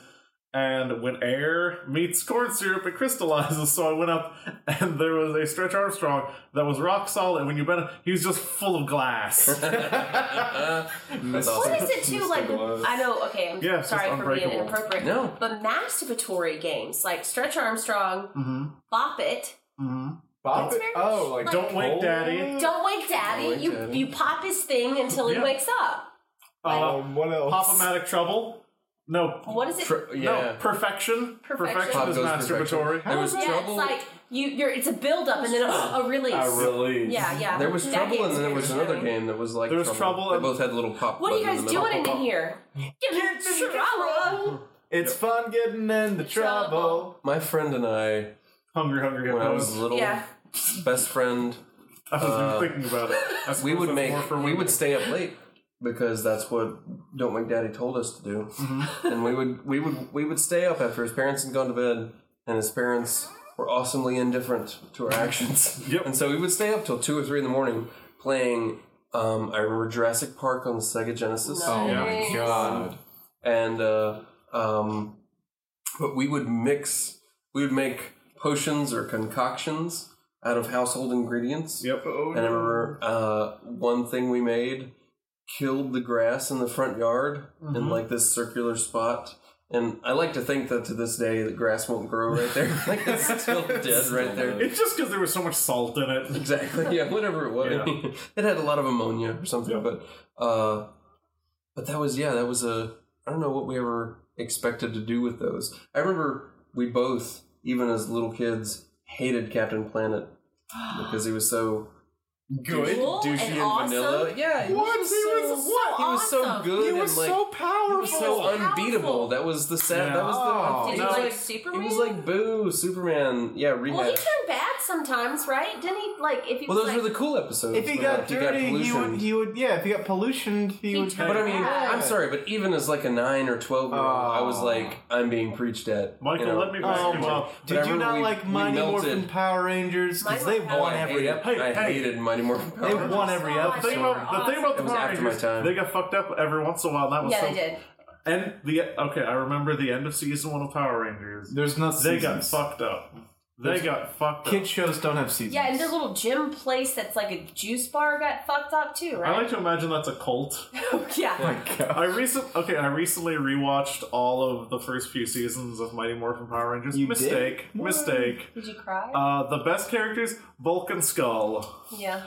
And when air meets corn syrup, it crystallizes. So I went up, and there was a Stretch Armstrong that was rock solid. When you bent, it, he was just full of glass.
Uh-huh. That's awesome.
What is it too like? I know. Okay, I'm
Yeah, it's
sorry
just
for being
unbreakable.
inappropriate.
No.
but masturbatory games like Stretch Armstrong,
mm-hmm.
Bop It,
Mm-hmm.
Bop
It's
it.
very
Oh, like
much
Oh.
like-
Don't wake daddy.
Don't Wake Daddy.
Don't Wake
you
Daddy.
you pop his thing until he
Yeah.
wakes up.
Uh,
Um, what else?
Pop-o-matic trouble. No,
What is it?
no.
Tr- yeah.
Perfection.
Perfection.
Pop
is
goes perfection.
masturbatory.
There was
Oh, yeah,
trouble.
it's like you. You're. It's a build up and then a, a release.
I really.
Yeah, yeah.
There was
That
trouble, and
game's
then there was
very
another
funny.
game that was like
There was trouble
They
and-
both had little pop.
What are you
button
guys
in the middle.
doing in here? Give me trouble.
It's fun getting into trouble.
My friend and I,
Hungry, hungry
when I was
hippos.
little,
Yeah.
best friend,
I was
Uh,
thinking about it. I
we
suppose
would
that's
make
more for
we
women.
would stay up late because that's what Don't Wake Daddy told us to do.
Mm-hmm.
and we would we would we would stay up after his parents had gone to bed, and his parents were awesomely indifferent to our actions.
Yep.
And so we would stay up till two or three in the morning playing. Um, I remember Jurassic Park on the Sega Genesis
Oh my
Nice.
god.
and uh, um, but we would mix, we would make potions or concoctions out of household ingredients.
Yep.
And I remember uh, one thing we made killed the grass in the front yard in like this circular spot. And I like to think that to this day the grass won't grow right there. like it's still dead right there.
It's just because there was so much salt in it.
Exactly. Yeah, whatever it was. it had a lot of ammonia or something, but uh but that was yeah, that was a I don't know what we ever expected to do with those. I remember we both, even as little kids, hated Captain Planet because he was so
Good, Cool
douchey
and
and,
awesome.
vanilla. Yeah, he
What?
was
He
so-
was what?
He was so
awesome.
good
He
and
was
like
so powerful.
He
so
was powerful.
unbeatable. That was the sad.
Yeah.
That was the.
Oh,
Did
he
you
was
like,
like,
Superman?
he was like, boo, Superman. Yeah, rehab.
well, he turned bad sometimes, right? Didn't he? Like, if he
Well,
was
those
like,
were the cool episodes.
If he
but
got dirty, he
pollution.
would. He would. Yeah. If he got pollution, he,
He
would.
turned
But I mean,
Yeah.
I'm sorry, but even as like a nine or twelve year old, I was
Ah.
like, I'm being preached at.
Michael,
you know.
let me back
Oh
you
my-
up.
But I
Did you
remember
not
we-
like
we
Mighty
melted.
Morphin Power Rangers? Because
Mighty
they
Morphin
won
I
every
hated,
episode.
I
hey.
hated Mighty Morphin Power.
They
Rangers.
won every
Oh, I
The thing
episode.
about, the thing about the
It was
Power
after my
Rangers,
time.
they got fucked up every once in a while. That was
yeah,
so,
they did.
And the okay, I remember the end of season one of Power Rangers.
There's not
They got
seasons.
fucked up. They got fucked
Kid
up.
shows don't have seasons. Oh
Yeah, and their little gym place that's like a juice bar got fucked up too,
I
right?
like to imagine that's a cult.
yeah.
I recent okay, I recently rewatched all of the first few seasons of Mighty Morphin Power Rangers.
You did?
mistake,
Why?
mistake.
Did you cry?
Uh, the best characters: Bulk and Skull.
yeah.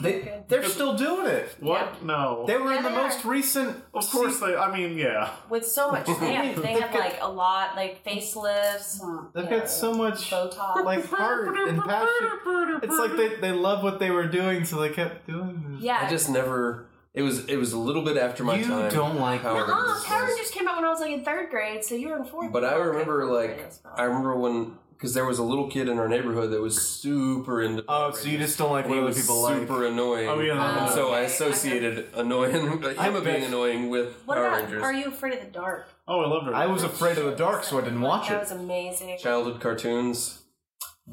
They, they're still doing it.
What? No.
They were
Yeah,
in the
they
most recent.
of course they. I mean, yeah.
With so much, they have, they have like a lot, like facelifts, and,
They've
you know,
got so much
Botox.
like heart and passion. It's like they, they love what they were doing, so they kept doing it.
yeah.
I just never. It was. It was a little bit after my
You
time.
don't like
Power
Uh-uh,
Rangers.
Power Rangers came out when I was like in third grade, so you were in fourth.
But I
Okay,
remember
fourth grade
like
is
I
fine.
remember when because there was a little kid in our neighborhood that was super into.
Oh,
Power
so you
Rangers.
just don't like
And
what
he
other
was
people like.
super annoying.
Oh, yeah,
And
Oh,
so I
okay.
associated annoying him of being
bet-
annoying with
What
Power
about
Rangers.
Are You Afraid of the Dark?
Oh, I loved her.
I was afraid of the dark, so I didn't watch
That
it.
was amazing.
Childhood cartoons,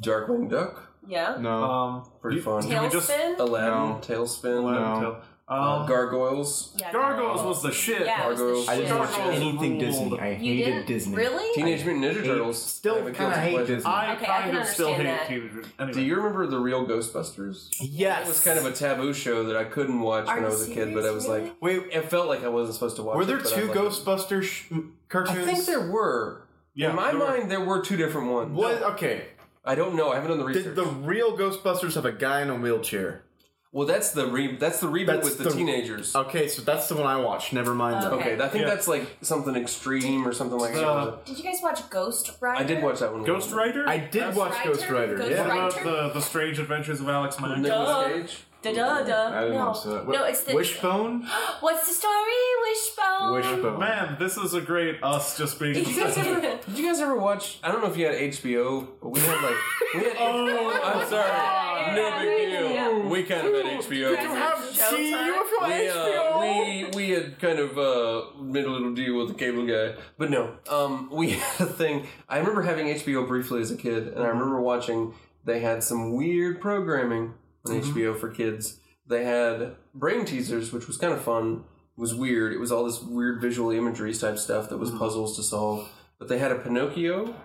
Darkwing Duck,
Yeah.
No.
Um,
uh, pretty
you-
Uh,
fun.
Can we just-
Tailspin.
Aladdin,
No.
Tailspin.
Aladdin
No.
Tail-
Uh,
Um,
gargoyles.
Yeah,
Gargoyles was the shit.
Yeah, it was the
Gargoyles.
I
shit.
didn't watch
Gargoyles
anything
ruled.
Disney. I
You
hated
didn't?
Disney.
Really?
Teenage Mutant Ninja
hate-
Turtles.
still
I have a
kinda
guilty
hate
pleasure.
Disney.
I
Okay, I
kind
can
of still hate
understand
teenagers.
Do
Anyway,
you remember the real Ghostbusters?
Yes.
That was kind of a taboo show that I couldn't watch
Are
when I
you
was a kid, but I
serious?
was
Really?
like,
Wait,
it felt like I wasn't supposed to watch.
Were
it,
there
but I
two
liked it.
Ghostbuster sh-
I
cartoons?
think there were.
yeah,
In my
there were-
mind, there were two different ones.
What? Okay.
I don't know. I haven't done the research.
Did the real Ghostbusters have a guy in a wheelchair?
well, that's the re- that's the reboot
That's
with the,
the- Oh,
teenagers.
Okay, so that's the one I watched. Never mind that.
Okay, I think
Yeah.
that's like something extreme or something like
Uh,
that.
Did you guys watch Ghost Rider?
I did watch that one.
Ghost Rider.
I did
That's-
watch Ghost Rider.
Ghost
yeah.
What about
Rider?
the the Strange Adventures of Alex Mack?
Nicolas
Duh.
Cage.
Da da
I
da.
didn't
No,
watch that.
no, it's the Oh.
Wishbone.
What's the story? Wishbone.
Wishbone.
Man, this is a great us just being.
Did you guys ever? Did you guys ever watch? I don't know if you had HBO, but we had like we had.
Oh,
I'm
yeah,
sorry.
yeah,
No big
yeah, yeah.
deal. We kind of had HBO.
You have Showtime?
we, uh, we we had kind of uh, made a little deal with the cable guy, but no, um, we had a thing. I remember having HBO briefly as a kid, and I remember watching. They had some weird programming on
Mm-hmm.
HBO for kids. They had brain teasers, which was kind of fun. It was weird. It was all this weird visual imagery type stuff that
Mm-hmm.
was puzzles to solve. But they had a Pinocchio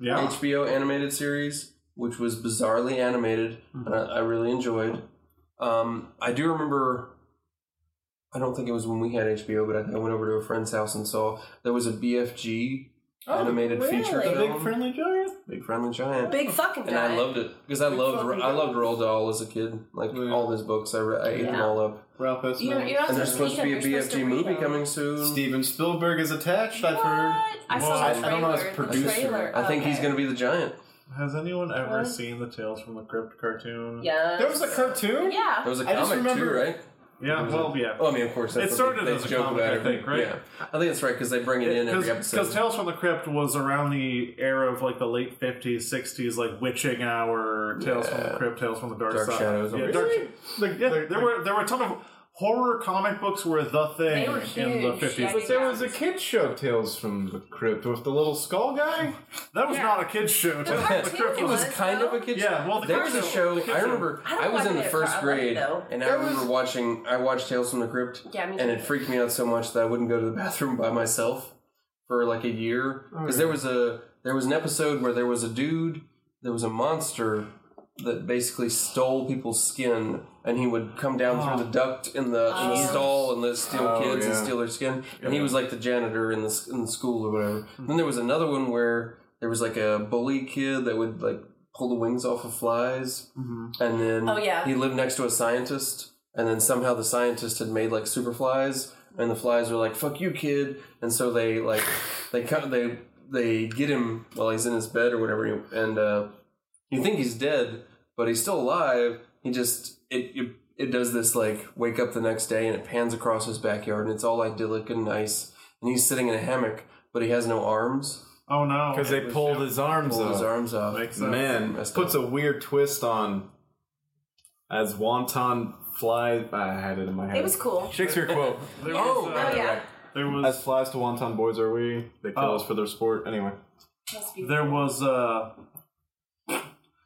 Yeah.
HBO animated series, which was bizarrely animated, and I, I really enjoyed. Um, I do remember. I don't think it was when we had HBO, but I think I went over to a friend's house and saw there was a BFG animated feature
The
film,
big friendly giant.
Big Friendly Giant,
Big fucking guy.
and I loved it because I loved I loved Roald Dahl as a kid, like all his books. I, re- I ate them
Yeah.
all up,
Ralph S.
You're,
Mills.
you're not
and there's
supposed,
supposed to be a BFG movie coming soon.
Steven Spielberg is attached. I've
What?
heard.
I
Well,
saw
I-
the
I
trailer.
don't know if it's
the
producer.
trailer.
I think he's
Okay.
going to be the giant.
Has anyone ever
What?
seen the Tales from the Crypt cartoon?
Yes.
There was a cartoon.
There
Yeah.
was a
I just
comic too,
remember-
right?
Yeah, well, yeah.
Well, I mean, of course, that's
It
what
started
they, they
as a
joke
comic,
about
I
it.
think, right?
Yeah, I think that's right because they bring it in every episode.
Because Tales from the Crypt was around the era of like the late fifties, sixties, like Witching Hour, Tales from the
Yeah.
Crypt, Tales from the Dark,
Dark
Side.
Shadows.
Yeah,
Really?
Dark Sh- yeah, there were there were a ton of horror comic books were the thing
They were
in the
huge.
fifties.
Yeah,
There was a kid show, Tales from the Crypt, with the little skull guy.
That was
Yeah.
not a kids show. Tales from the
cartoon
Crypt
it was
was,
kind
though.
of a kid
Yeah,
show.
well, the
there
kids
was a
show-
show.
the kids
I
show.
remember.
I don't
I, was
like
in the
it,
first
but I like it,
grade,
though.
and I remember watching. I watched Tales from the Crypt,
Yeah, me too.
and it freaked me out so much that I wouldn't go to the bathroom by myself for like a year because there was a there was an episode where there was a dude, there was a monster that basically stole people's skin, and he would come down through the duct in the, in the
Oh.
stall and let steal
Oh,
kids and
yeah.
steal their skin, and he was like the janitor in the s- in the school or whatever. Then there was another one where there was like a bully kid that would like pull the wings off of flies, and then
Oh, yeah.
he lived next to a scientist, and then somehow the scientist had made like super flies, and the flies were like "fuck you, kid," and so they like they cut they they get him while he's in his bed or whatever, and uh, you think he's dead, but he's still alive. He just it. it it does this like wake up the next day and it pans across his backyard and it's all idyllic and nice and he's sitting in a hammock but he has no arms
Oh no,
Because they pulled his arms
pull his
off.
arms off.
Makes sense.
Man,
Messed
puts a weird twist on as wonton flies. I had it in my head.
It was cool.
Shakespeare quote.
There was,
Oh,
Oh
uh,
yeah.
there
As
was
flies to wonton boys are we? They kill
Oh.
us for their sport. Anyway,
Must be.
there was uh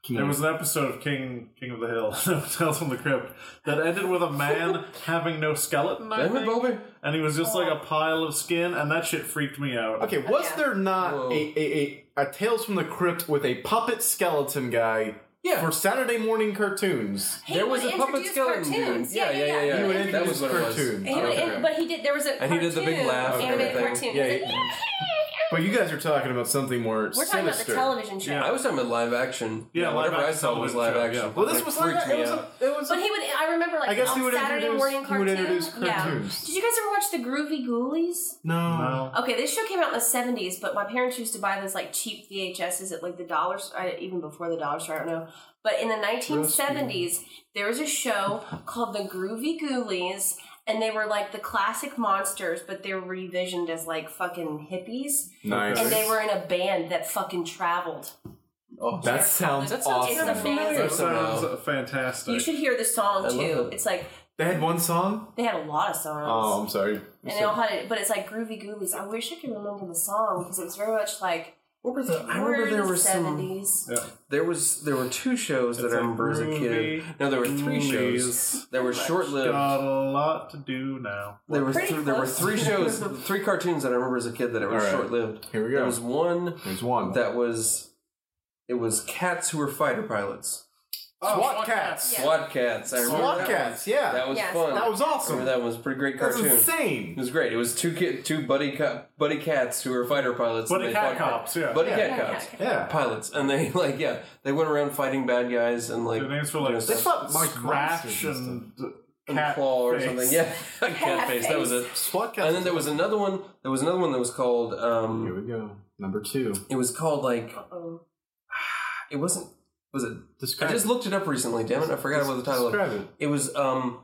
Can
There
you-
was an episode of King King of the Hill, Tales from the Crypt, that ended with a man having no skeleton, I
Damn it,
think,
Bobby.
and he was just like a pile of skin, and that shit freaked me out.
okay. Was
Yeah.
there
Whoa.
not a, a, a a Tales from the Crypt with a puppet skeleton guy
Yeah.
for Saturday morning cartoons?
He
there
would
was a puppet
introduce
skeleton dude.
cartoons.
Yeah, yeah, yeah, yeah.
He would
He would
That was
introduce
what it was.
cartoons.
And he would-
Okay.
but he did. There was a
And he did the big
cartoon,
laugh and
animated
everything.
cartoon.
Yeah,
It's like,
yeah. But you guys are talking about something more
We're talking about the
sinister.
television show.
I was talking about live action.
Yeah, live
whatever I
action
saw was live
television show,
action.
yeah.
well, this
It
was
freaked
like
me
it was,
out.
a, it was.
But
A,
he would. I remember like
I guess
on
he would
Saturday
introduce-
morning
he would
cartoon.
introduce cartoons.
Yeah. Did you guys ever watch the Groovy Ghoulies?
No.
Okay, this show came out in the seventies, but my parents used to buy those like cheap VHSs at like the dollar store, I- even before the dollar store. I don't know. But in the nineteen seventies, there was a show called The Groovy Ghoulies, and they were like the classic monsters, but they were revisioned as like fucking hippies,
nice.
and they were in a band that fucking traveled.
Oh,
that sounds
That sounds
awesome.
amazing.
that sounds
Wow.
fantastic.
You should hear the song
I love
too.
it.
It's like
They had one song.
they had a lot of songs.
Oh, I'm sorry.
and they all had it, but it's like groovy goolies. I wish I could remember the song because it was very much like
What were the? I
We're
remember
in
there
the
were some.
70s.
There was there were two shows that
It's
I
like
remember as a kid.
movie,
No, there were three shows
movies.
that were short lived.
Got a lot to do now.
There was
Pretty
th- there were
close.
three shows, three cartoons that I remember as a kid that were
All right.
short lived.
Here we
There
go.
was one
There's one.
that was it was cats who were fighter pilots.
SWAT, cats.
Yeah.
Oh, SWAT cats. I remember
SWAT
that
cats. Yeah.
One. That was
Yes.
fun.
That was
I
awesome.
remember that one was a pretty great
That's
cartoon. It
insane.
was great. It was two kid, two buddy co- buddy cats who were fighter pilots. and
Buddy
they
cat
fought-
cops, yeah.
Buddy
Yeah,
cat
yeah,
cops.
yeah.
Yeah.
Pilots, and they like yeah, they went around fighting bad guys and like
Their names were
doing
like
stuff.
fought Mike
Scratch
Monsters
and,
And
Cat
claw or
Face.
something. Yeah, cat face. That was it.
SWAT cats.
And then there was another one. There was another one that was called.
Here
um
we go. Number two.
It was called like
Uh-oh.
it wasn't. Was it?
Describe.
I just looked it up recently. Damn it! I forgot what the title. of it.
Describe it.
It was um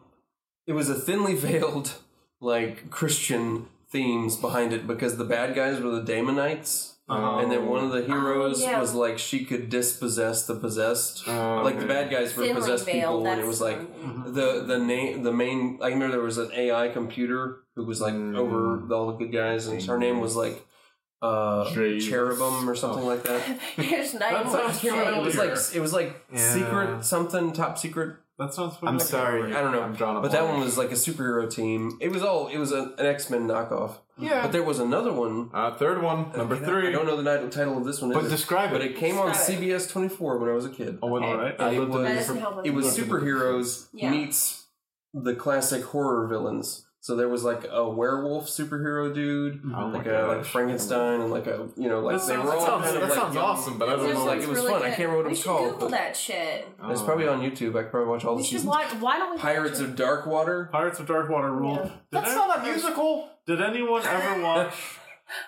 it was a thinly veiled like Christian themes behind it because the bad guys were the Damonites.
Uh-huh.
And then one of the heroes
Oh, yeah.
was like she could dispossess the possessed.
Oh,
like the bad guys were
Thinly
possessed
veiled,
people, and it
that's
was like
the one.
the the name the main. I remember there was an AI computer who was like
Mm.
over all the good guys, and her name was like uh,
Jeez.
Cherubim or something like that.
There's nine
That sounds
It was
more
like it was like
Yeah.
secret something, top secret
That sounds
I'm
familiar.
sorry.
I don't know.
I'm drawing a
But that
blank.
one was like a superhero team. It was all. It was a, an X Men knockoff.
Yeah.
But there was another one.
Uh, third one. Number
I don't- I
three.
don't know the ni- title of this one.
But
either.
describe
But
it.
it came on
Describe it.
CBS twenty four when I was a kid.
Oh,
All right.
I
It
lived in
was- Oh
a
That
different
doesn't help. us.
It was
Yeah.
superheroes
Yeah.
meets the classic horror villains. So there was like a werewolf superhero dude,
Oh my
like a like
gosh.
Frankenstein, and like a you know like
That
they
sounds-
were
that
all
sounds-
kind of
that
like
sounds
young-
awesome, but I
it
don't
was
know
like it was fun. I can't remember what it
we
was
should
called.
Google
but
that shit.
Oh,
It's probably on YouTube. I could probably watch all the
We should
seasons.
watch. Why don't we?
Pirates of Darkwater.
Pirates of Darkwater rule.
Yeah.
Did
That's
I-
not a musical.
Did anyone ever watch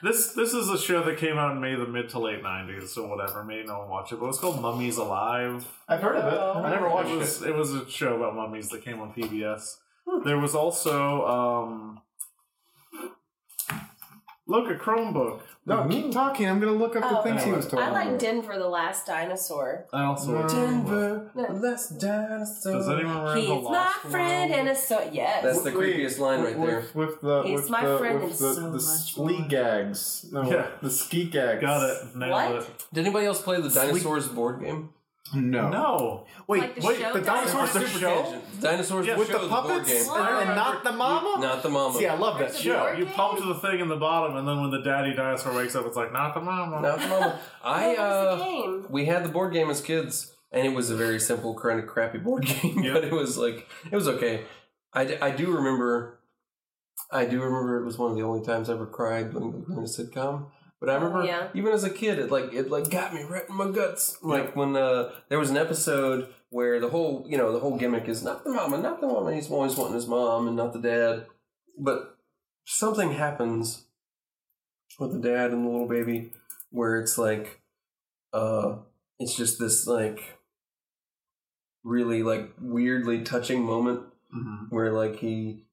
this? This is a show that came out in May the mid to late nineties or whatever. Maybe no one watched it, but it was called Mummies Alive.
I've heard of
Oh.
it. I never watched it.
it.
Hmm.
Was, it was a show about mummies that came on PBS. There was also um, look a Chromebook.
No,
Mm-hmm.
keep talking. I'm gonna look up the
Oh,
things he was talking
I like
about.
Denver, the Last Dinosaur.
I also watched Chromebook.
Denver,
No.
the last dinosaur.
Does anyone remember
He's
Lost
my
World?
friend and a so. Yes.
That's the
Wait,
creepiest line right there.
With, with the
He's
with
my
the,
friend
with
and
the,
so
the
much
slee
more.
gags. No,
Yeah.
the ski gags.
Got it. Nailed
What?
it.
Did anybody else play the dinosaurs board game?
No.
No.
Wait,
Like the
wait.
show
The dinosaurs, the
dinosaurs?
show
Dinosaurs
Yeah.
the
with
show,
the
board
puppets
game.
and, and not the mama.
Not the mama.
See, I love that
There's a
show.
board
You
game?
pumped the thing in the bottom, and then when the daddy dinosaur wakes up, it's like not the mama.
Not the mama.
What
I
was the
uh,
game?
we had the board game as kids, and it was a very simple, kind of crappy board game,
Yeah.
but it was like it was okay. I, d- I do remember, I do remember it was one of the only times I ever cried when when a sitcom. But I remember
Yeah.
even as a kid, it like it like got me right in my guts. Like when uh, there was an episode where the whole you know the whole gimmick is not the mama, not the mama. He's always wanting his mom and not the dad. But something happens with the dad and the little baby where it's like uh it's just this like really like weirdly touching moment
Mhm.
where like he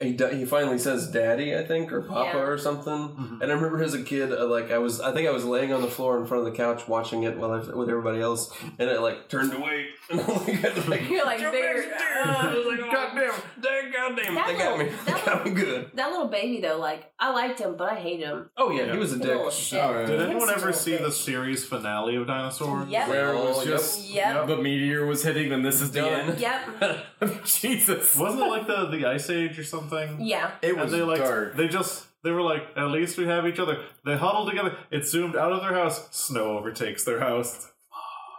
he di- he finally says daddy i think or papa
Yeah.
or something
Mm-hmm.
Mhm.
and i remember as a kid uh, like i was i think i was laying on the floor in front of the couch watching it while I was with everybody else and i like turned away and i had to, like
You're like bigger.
I was like, oh, goddamn, dang, goddamn,
That
they got me.
little-
They
that
got me good.
That little baby though, like I liked him, but I hated him.
Oh yeah,
Yeah.
he was a
He's a
dick.
little shit.
Oh, yeah.
He's
Did anyone
such a
ever
little
see the
bitch.
series finale of Dinosaur?
Yep.
Where it
Oh,
was just
Yep.
the meteor was hitting, and this is the
Done.
end.
Yep.
Jesus.
Wasn't it like the the Ice Age or something?
Yeah.
It
And
was
they like
dark.
they just they were like, at least we have each other. They huddled together. It zoomed out of their house. Snow overtakes their house.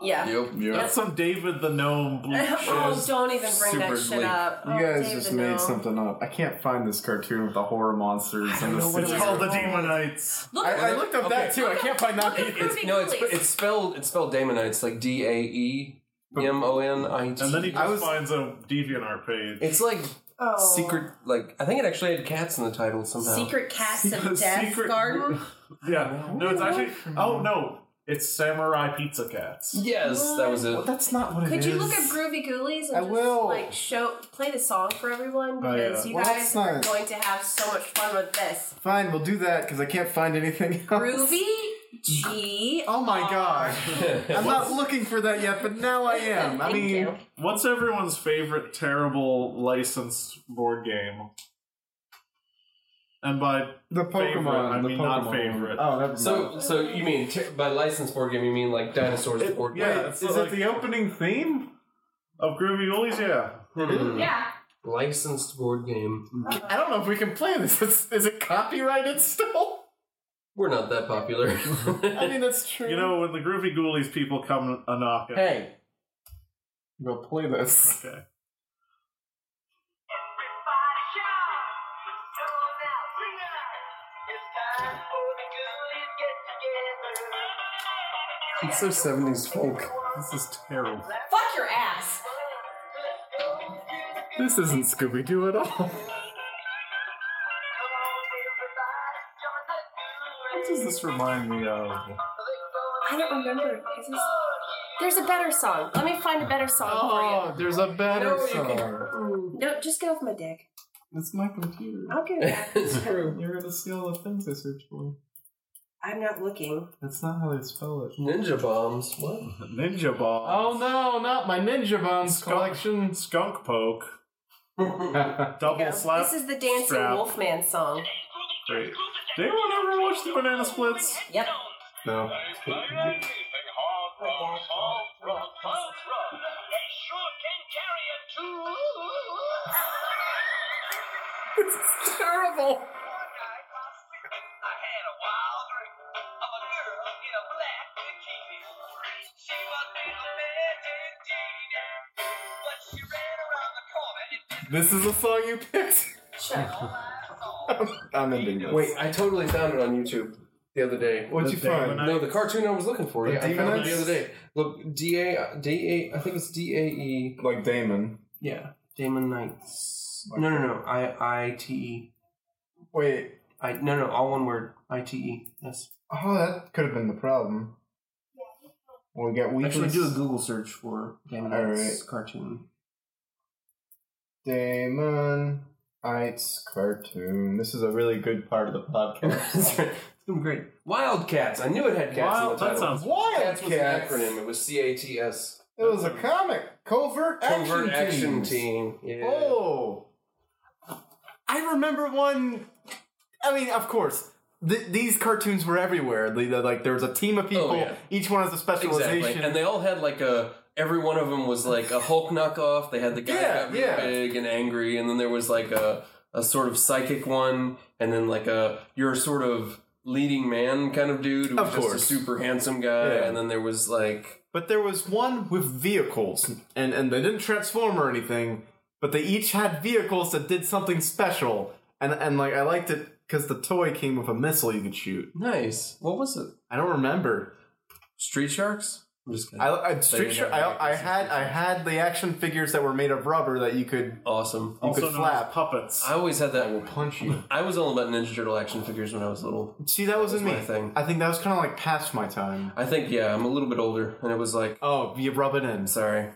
Yeah.
Yep.
yeah.
That's some David the gnome blue
oh,
shit.
don't even bring that
super
shit
bleak.
up.
You
Oh,
guys
David,
just made
no.
something up. I can't find this cartoon with the horror monsters and the.
It's
city.
called the Demonites.
Look
I,
at
I looked up that too. I can't find that.
Look at
either.
Ruby
No, it's
Gullies.
it's spelled it's spelled Damonites like D A E M O N I T.
And then he
I
just
was-
finds a DeviantArt page.
It's like
Oh.
secret. Like I think it actually had cats in the title somehow.
Secret Cats
Secret-
and Death
secret-
Garden.
Yeah. No, it's actually. Oh no, it's Samurai Pizza Cats.
Yes, that was
Well,
it.
that's not what it
Could
is.
you look at Groovy Ghoulies and
I
just
will.
like show play the song for everyone
Oh, yeah.
because you
Well,
guys
that's not-
are going to have so much fun with this.
Fine, we'll do that because I can't find anything else.
Groovy G.
Oh my god. I'm not looking for that yet, but now I am. I
Thank
mean,
you.
What's everyone's favorite terrible licensed board game? And by
The Pokemon.
favorite, I
the
mean
Pokemon.
not favorite.
Oh, never mind.
So, so you mean t- by licensed board game? You mean like dinosaurs
It-
board
yeah,
game?
it's
is it
like-
the opening theme?
of Groovy Woolies, yeah.
Hmm.
Yeah.
Licensed board game.
I don't know if we can play this. Is, is it copyrighted still?
We're not that popular.
I mean, that's true.
You know, when the Groovy Ghoulies people come a knocking.
hey, go play this.
Okay.
it's so seventies folk.
This is terrible.
Fuck your ass.
This isn't Scooby Doo at all.
What does this remind me of?
I don't remember. Is this- There's a better song. Let me find a better song
Oh, there's a better
No, you
song.
for you. Mm, No, just get off my dick.
It's my computer.
I'll get it back.
it's true.
You're gonna steal the things I searched for.
I'm not looking.
That's not how they spell it.
Ninja bombs. What?
Ninja Ball.
Oh no, not my Ninja Bombs
Scott.
collection.
Skunk Poke. Double
Go.
Slap.
This is the Dancing
Strap.
Wolfman song.
Great. Did anyone ever watch the Banana Splits?
Yep.
No. Terrible. This is a song you picked.
Sure.
I'm ending this.
Wait, I totally found it on YouTube the other day.
what'd
The
you find?
Damon-
No, the cartoon I was looking for.
The
Yeah, I found it the
Demonites?
other day. Look, D A D A. I think it's D A E.
Like Damon.
Yeah, Damon Knights. No, no, no. I I T E.
Wait.
I no no all one word. I T E. Yes.
Oh, that could have been the problem. We got weekly
Actually, do a
s-
Google search for Damon
All
Knights cartoon.
Damon Ites cartoon. This is a really good part of the podcast.
That's right. It's gonna be great. Wildcats. I knew it had cats
Wild-
in the
that
title.
sounds.
Cats was an
Wildcats.
acronym. It was C A T S.
It was a comic. Covert action
Covert Action
Teams.
Team. Yeah.
Oh, I remember one. I mean, of course, th- these cartoons were everywhere. They- they're like there was a team of people.
Oh, yeah.
Each one has a specialization.
Exactly. And they all had like a. Every one of them was like a Hulk knockoff. They had the guy
Yeah,
that got really
yeah.
big and angry, and then there was like a a sort of psychic one, and then like a you're sort of leading man kind of dude who
Of
was just a
course.
super handsome guy,
Yeah.
and then there was like
but there was one with vehicles, and and they didn't transform or anything. But they each had vehicles that did something special, and and like I liked it because the toy came with a missile you could shoot.
nice. What was it?
I don't remember.
Street Sharks. I'm just kidding.
I, I street.
didn't
Shark- I,
have
I
vehicles.
had I had the action figures that were made of rubber that you could
awesome.
you
Also
could
known as
flap.
puppets.
I always had that.
punch you.
I was all about Ninja Turtle action figures when I was little.
See, that wasn't
was
me.
my thing.
I think that was kind of like past my time.
I think yeah, I'm a little bit older, and it was like,
Oh, you rub it in.
sorry,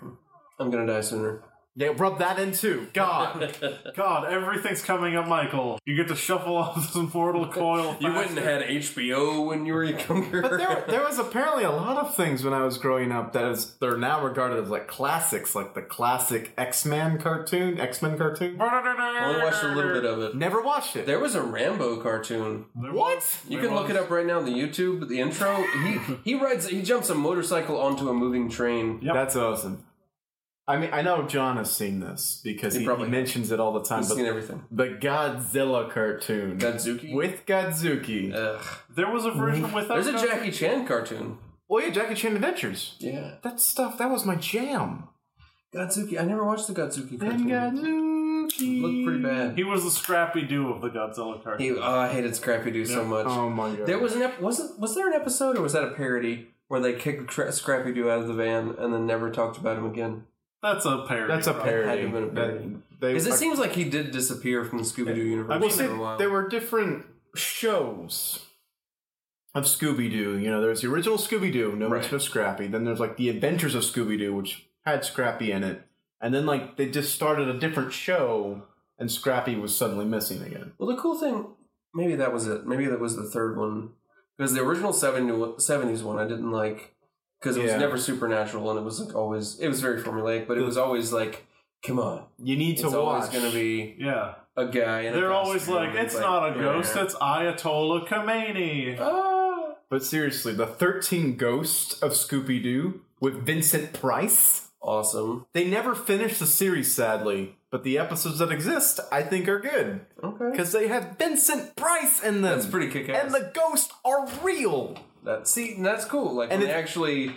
I'm gonna die sooner.
Yeah, rub that in too. God.
God, everything's coming up, Michael. You get to shuffle off this mortal coil.
You wouldn't have had HBO when you were younger.
but there, there was apparently a lot of things when I was growing up that is they're now regarded as like classics, like the classic X Men cartoon, X Men cartoon.
I only watched a little bit of it.
Never watched it.
There was a Rambo cartoon.
what?
You
There
can look
was.
it up right now on the YouTube. The intro. He he rides. He jumps a motorcycle onto a moving train.
Yep.
That's awesome. I mean, I know John has seen this because
He
he, he
probably-
mentions it all the time.
I've
But
seen everything.
the Godzilla cartoon
Godzuki. Uh.
with Godzuki.
Ugh.
There was a version without.
There's a Jackie Chan cartoon.
Oh yeah, Jackie Chan Adventures.
Yeah.
That stuff, that was my jam.
Godzuki. I never watched the Godzuki cartoon.
Godzuki.
Looked pretty bad.
He was the Scrappy Doo of the Godzilla cartoon.
He. Oh, I hated Scrappy Doo so much.
Oh my god.
There was an ep- wasn't was there an episode or was that a parody where they kicked Tra- Scrappy Doo out of the van and then never talked about him again?
That's a parody.
That's a
probably.
parody.
Had to have been a parody.
That- they,
Because it
are-
seems like he did disappear from the Scooby Doo universe
well,
for
see,
a while.
there were different shows of Scooby Doo. You know, there's the original Scooby Doo, no
Right.
mention of Scrappy. Then there's like the Adventures of Scooby Doo, which had Scrappy in it. And then like they just started a different show, and Scrappy was suddenly missing again.
Well, the cool thing, maybe that was it. Maybe that was the third one. Because the original 70, 70s one I didn't like. Because it was
Yeah.
never supernatural and it was like always, it was very formulaic, but it was always like, come on.
You need
It's
to
always
watch.
going to be
Yeah.
a guy. In
They're
a
always
costume,
like,
and
it's not a ghost,
yeah.
it's Ayatollah Khomeini.
Ah.
But seriously, the 13 Ghosts of Scooby Doo with Vincent Price?
awesome.
They never finished the series, sadly, but the episodes that exist, I think, are good.
Okay,
Because they have Vincent Price in them.
that's pretty kick ass.
And the ghosts are real.
That see, and that's cool. Like
And
when they
it-
actually,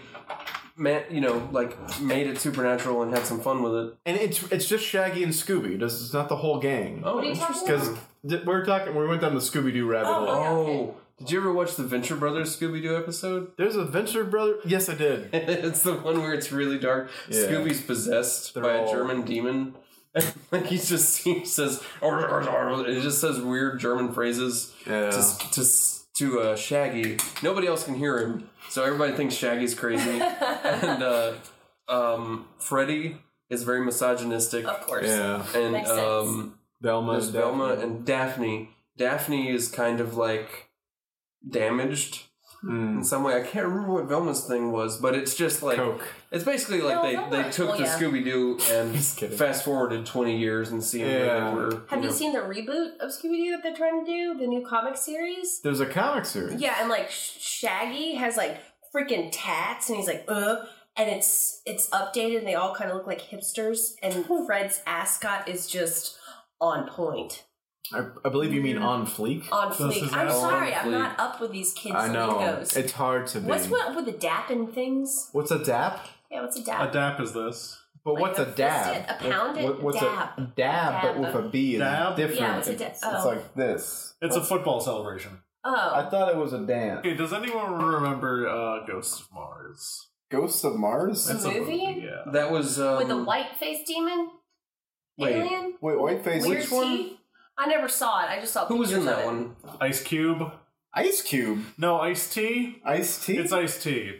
man, you know, like made it supernatural and had some fun with it.
And it's it's just Shaggy and Scooby. This is not the whole gang.
Oh,
What are you talking
interesting.
Because we're talking, we went down the Scooby Doo rabbit
Oh.
hole.
Oh, did you ever watch the Venture Brothers Scooby Doo episode?
There's a Venture Brother. Yes, I did.
it's the one where it's really dark.
Yeah.
Scooby's possessed by a
all-
German demon. like he just he says, "Arr, arr, arr," and he just says weird German phrases
Yeah.
to s- to s- to uh, Shaggy. Nobody else can hear him, so everybody thinks Shaggy's crazy. and uh, um, Freddy is very misogynistic.
Of course.
yeah.
and
Makes sense.
um,
Velma
there's
and
Velma
Daphne.
and Daphne. Daphne is kind of like damaged in
Mm.
some way. I can't remember what Velma's thing was, but it's just like
Coke.
it's basically like
No,
they,
Velma-
they took
well,
the
yeah.
Scooby Doo and
Just kidding.
fast forwarded twenty years and seeing where
Yeah.
they were.
Have you
know.
seen the reboot of Scooby Doo that they're trying to do? The new comic series?
There's a comic series.
Yeah, and like Sh- Shaggy has like freaking tats, and he's like, uh, and it's it's updated, and they all kind of look like hipsters. And Fred's ascot is just on point,
I, I believe you mean on fleek.
Mm-hmm. on
This
fleek.
is
I'm
on
sorry, I'm
fleek.
not up with these kids.
I know.
Legos.
It's hard to be.
What's what with the dapping things?
What's a dap?
Yeah, what's a
A
dap?
dap is this.
But
Like
what's
a
a, dab?
fisted- a pounded
what's
dab.
A dab, but with a B. Dab?
Dab?
Different.
Yeah, it's a da-
It's,
oh.
it's like this.
It's a football celebration.
I
oh,
thought it was a dance.
Okay, does anyone remember uh, Ghost of Mars?
Ghosts of Mars?
That's- movie?
yeah.
That was um,
with the white faced demon
wait.
alien.
Wait, Whiteface.
Weird
Which one?
teeth? I never saw it. I just saw.
Who was in
pictures of
that
it.
one?
Ice Cube.
Ice Cube.
No, Ice T.
Ice T?
It's Ice T.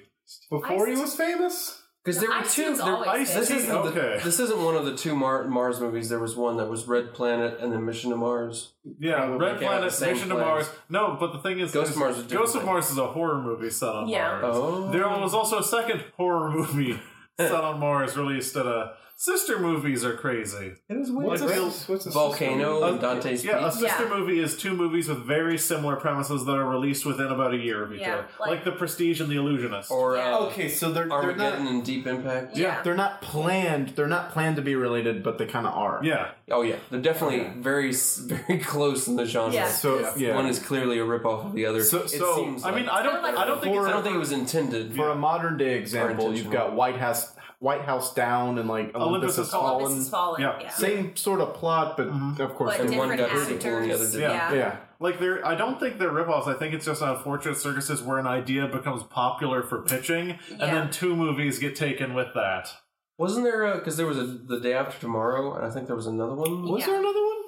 Before he
Ice-
was famous?
Because there were
Ice
two.
Cube's
There,
always
Ice
been.
this isn't
Okay.
the, this isn't one of the two Mar- Mars movies. There was one that was Red Planet and then Mission to Mars.
Yeah,
Probably
Red
came out the
Planet,
same
Mission to
place.
Mars. No, but the thing is,
Ghost of Mars is a different
Ghost of
thing.
Mars is a horror movie set on
Yeah.
Mars.
Oh.
There was also a second horror movie set on Mars released at a sister movies are crazy.
It was weird.
What's,
Like
a,
real-
what's a
Volcano
Uh,
and Dante's
yeah, a
Peak.
sister
Yeah.
movie is two movies with very similar premises that are released within about a year of each
Yeah,
other,
like-
like, The Prestige and The Illusionist.
or
Yeah.
uh,
Okay, so they're, they're
Armageddon
not.
and Deep Impact.
Yeah.
They're not planned. They're not planned to be related, but they kind of are.
yeah,
Oh yeah, they're definitely very s- very close in the genre.
Yeah.
So yeah.
One is clearly a ripoff of the other.
So-
it
so,
seems
I
like.
mean, I don't,
Kinda like
I don't think
I
it's
don't think it was intended.
For a modern day example, you've
intentional.
got White House, White House Down, and like
Olympus
Olympus,
Has
Has
Fallen.
Fallen.
Olympus is falling.
Yeah.
Yeah.
Same sort of plot, but of course,
But
And
they-
one
different
got hurt
actors.
equal and the other didn't.
Yeah.
yeah,
Like they're, I don't think they're ripoffs. I think it's just unfortunate circuses where an idea becomes popular for pitching,
Yeah.
and then two movies get taken with that.
Wasn't there because there was a the day after tomorrow, and I think there was another one.
Was there
another one?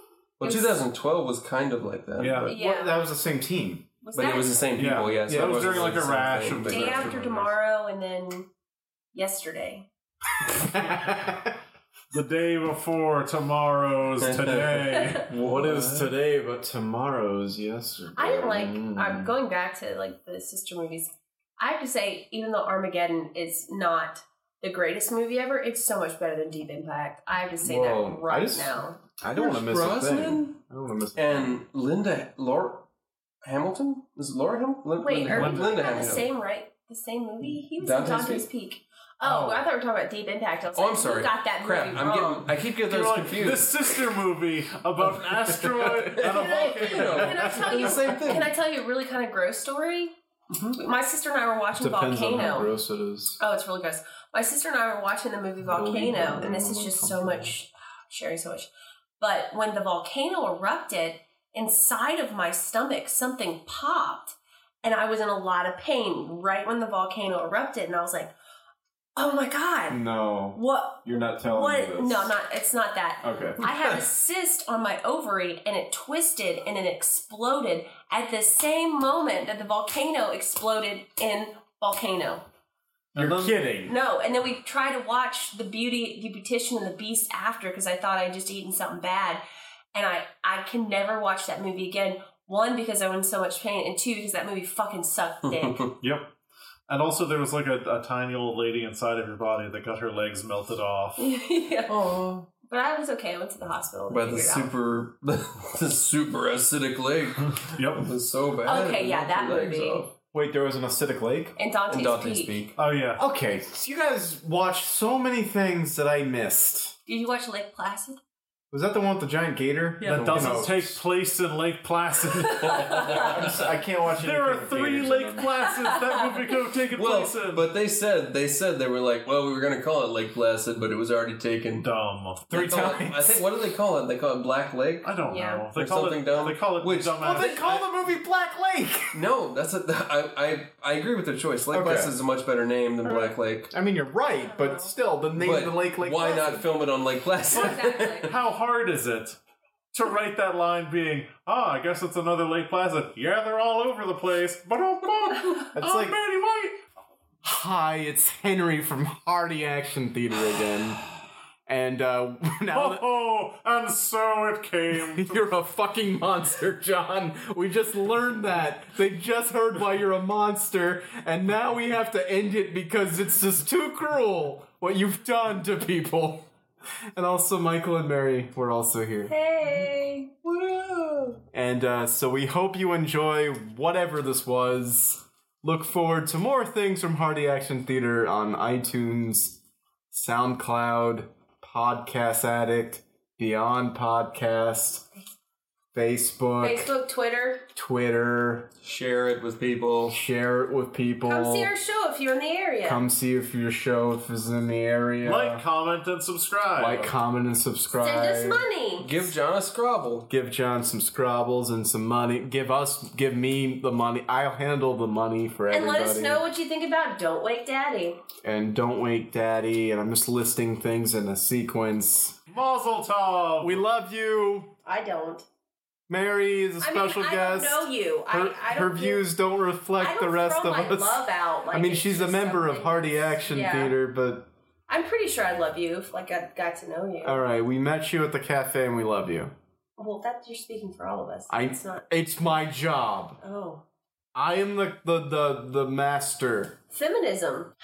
Well,
It was-
2012 was kind of like that.
Yeah.
but,
Yeah.
Well, that was the same team.
Was
but
that
it was the same
Yeah.
people. Yeah, so
Yeah, it
it
was during,
wasn't
like, a
the same
rash
thing,
of
but-
day
Exactly.
after tomorrow and then yesterday?
The day before tomorrow's today.
what is today but tomorrow's yesterday?
I didn't like. uh,
mm.
I'm going back to like the sister movies. I have to say, even though Armageddon is not the greatest movie ever, it's so much better than Deep Impact. I have to say
Whoa,
that
I
right
just-
now.
I don't want to miss a thing.
Brosnan
I don't want to miss.
and Linda Laura Hamilton. Is it Laura Hamilton?
Wait,
Linda,
are we talking
Linda
about the
Hamilton.
same right? The same movie? He was in
Dante's
Dante's Peak. Oh, I thought we were talking about Deep Impact. I was
Oh,
like,
I'm sorry.
You got that
Crap,
movie
I'm
wrong.
getting. I keep getting
You're
those
like
confused.
the sister movie about an asteroid and a
Can I-
volcano.
Can I tell
It's
you?
the same thing. Mm-hmm.
Can I tell you a really kind of gross story? My sister and I were watching
Depends on how
Volcano.
gross it is.
Oh, it's really gross. My sister and I were watching the movie Volcano,
Volcano.
and this is just so much sharing so much. But when the volcano erupted, inside of my stomach something popped, and I was in a lot of pain right when the volcano erupted, and I was like, "Oh my god,
No,
what?
you're not telling
What? No, not. It's not that.
Okay.
I had a cyst on my ovary and it twisted and it exploded at the same moment that the volcano exploded in volcano.
And then-
kidding.
No, and then we tried to watch the Beauty, the Beautician, and the Beast after because I thought I'd just eaten something bad, and I I can never watch that movie again. One because I'm in so much pain, and two because that movie fucking sucked dick.
Yep. And also, there was like a, a tiny old lady inside of your body that got her legs melted off.
yeah.
Oh,
But I was okay. I went to the hospital. and
By
they
the
figured it out.
super, the super acidic lake. It
Yep.
was so bad.
Okay,
it
yeah,
knocked
that
your legs
movie.
off.
Wait, there was an acidic lake?
And Dante's,
And Dante's
Peak.
Peak.
Oh yeah.
Okay, so you guys watched so many things that I missed.
Did you watch Lake Placid?
Was that the one with the giant gator?
Yeah.
That doesn't
You know,
take place in Lake Placid.
I'm s- I can't watch.
there
anything
are
with
three
gators in
Lake
them.
Placids that movie could have taken
Well,
place in.
but they said they said they were like, well, we were gonna call it Lake Placid, but it was already taken.
dumb.
They
Three
call it-
times.
I think. What do they call it? They call it Black Lake.
I don't
Yeah.
know. They
Or
call
something
it.
dumb.
They call it
Which-
dumbass.
Well, they call the movie Black Lake.
No, that's a. I I, I agree with their choice. Lake
Okay.
Placid is a much better name than Black Lake.
I mean, you're right, but still, the name
But
of the lake, Lake
why
Placid.
not film it on Lake Placid?
Exactly.
How hard is it to write that line being, ah, I guess it's another Lake Placid. Yeah, they're all over the place. But oh, oh,
It's
oh,
like-
Barry White.
Hi, it's Henry from Hardy Action Theater again, and uh, now
Oh,
that
oh, and so it came.
you're a fucking monster, John. We just learned that. They just heard why you're a monster, and now we have to end it because it's just too cruel what you've done to people. And also, Michael and Mary were also here.
hey.
And uh, so we hope you enjoy whatever this was. Look forward to more things from Hardy Action Theater on iTunes, SoundCloud, Podcast Addict, Beyond Podcast, Facebook,
Facebook, Twitter.
Twitter.
Share it with people.
Share it with people.
Come
Oh.
see our show if you're in the area.
Come see if your show if it's in the area.
Like, comment, and subscribe.
Like, comment, and subscribe.
Send us money.
Give John a Scrabble.
give John some scrabbles and some money. Give us, give me the money. I'll handle the money for
And
everybody.
let us know what you think about Don't Wake Daddy.
And don't wake, Daddy. And I'm just listing things in a sequence.
Mazel tov.
We love you.
I don't.
Mary is a
I mean,
special
I
guest.
don't know you.
Her,
I, I don't
her
feel-
views don't reflect
I don't
the rest
throw
of
my
us.
love out. Like
I mean,
it's
she's a
just
member of
something-
Hardy Action
Yeah.
Theater, but
I'm pretty sure I love you. If, like I got to know you.
all right, we met you at the cafe and we love you.
well, that you're speaking for all of us.
I,
it's not.
it's my job.
Oh,
I am the the the, the master.
feminism.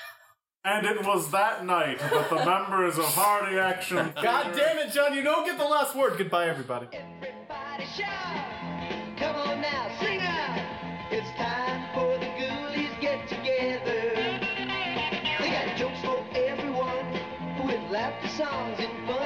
and it was that night that the members of Hardy Action
God damn it, John! You don't get the last word. Goodbye, everybody.
Everybody shout! Come on now, sing out! It's time for the ghoulies get together. They got jokes for everyone with laughter, songs, and fun.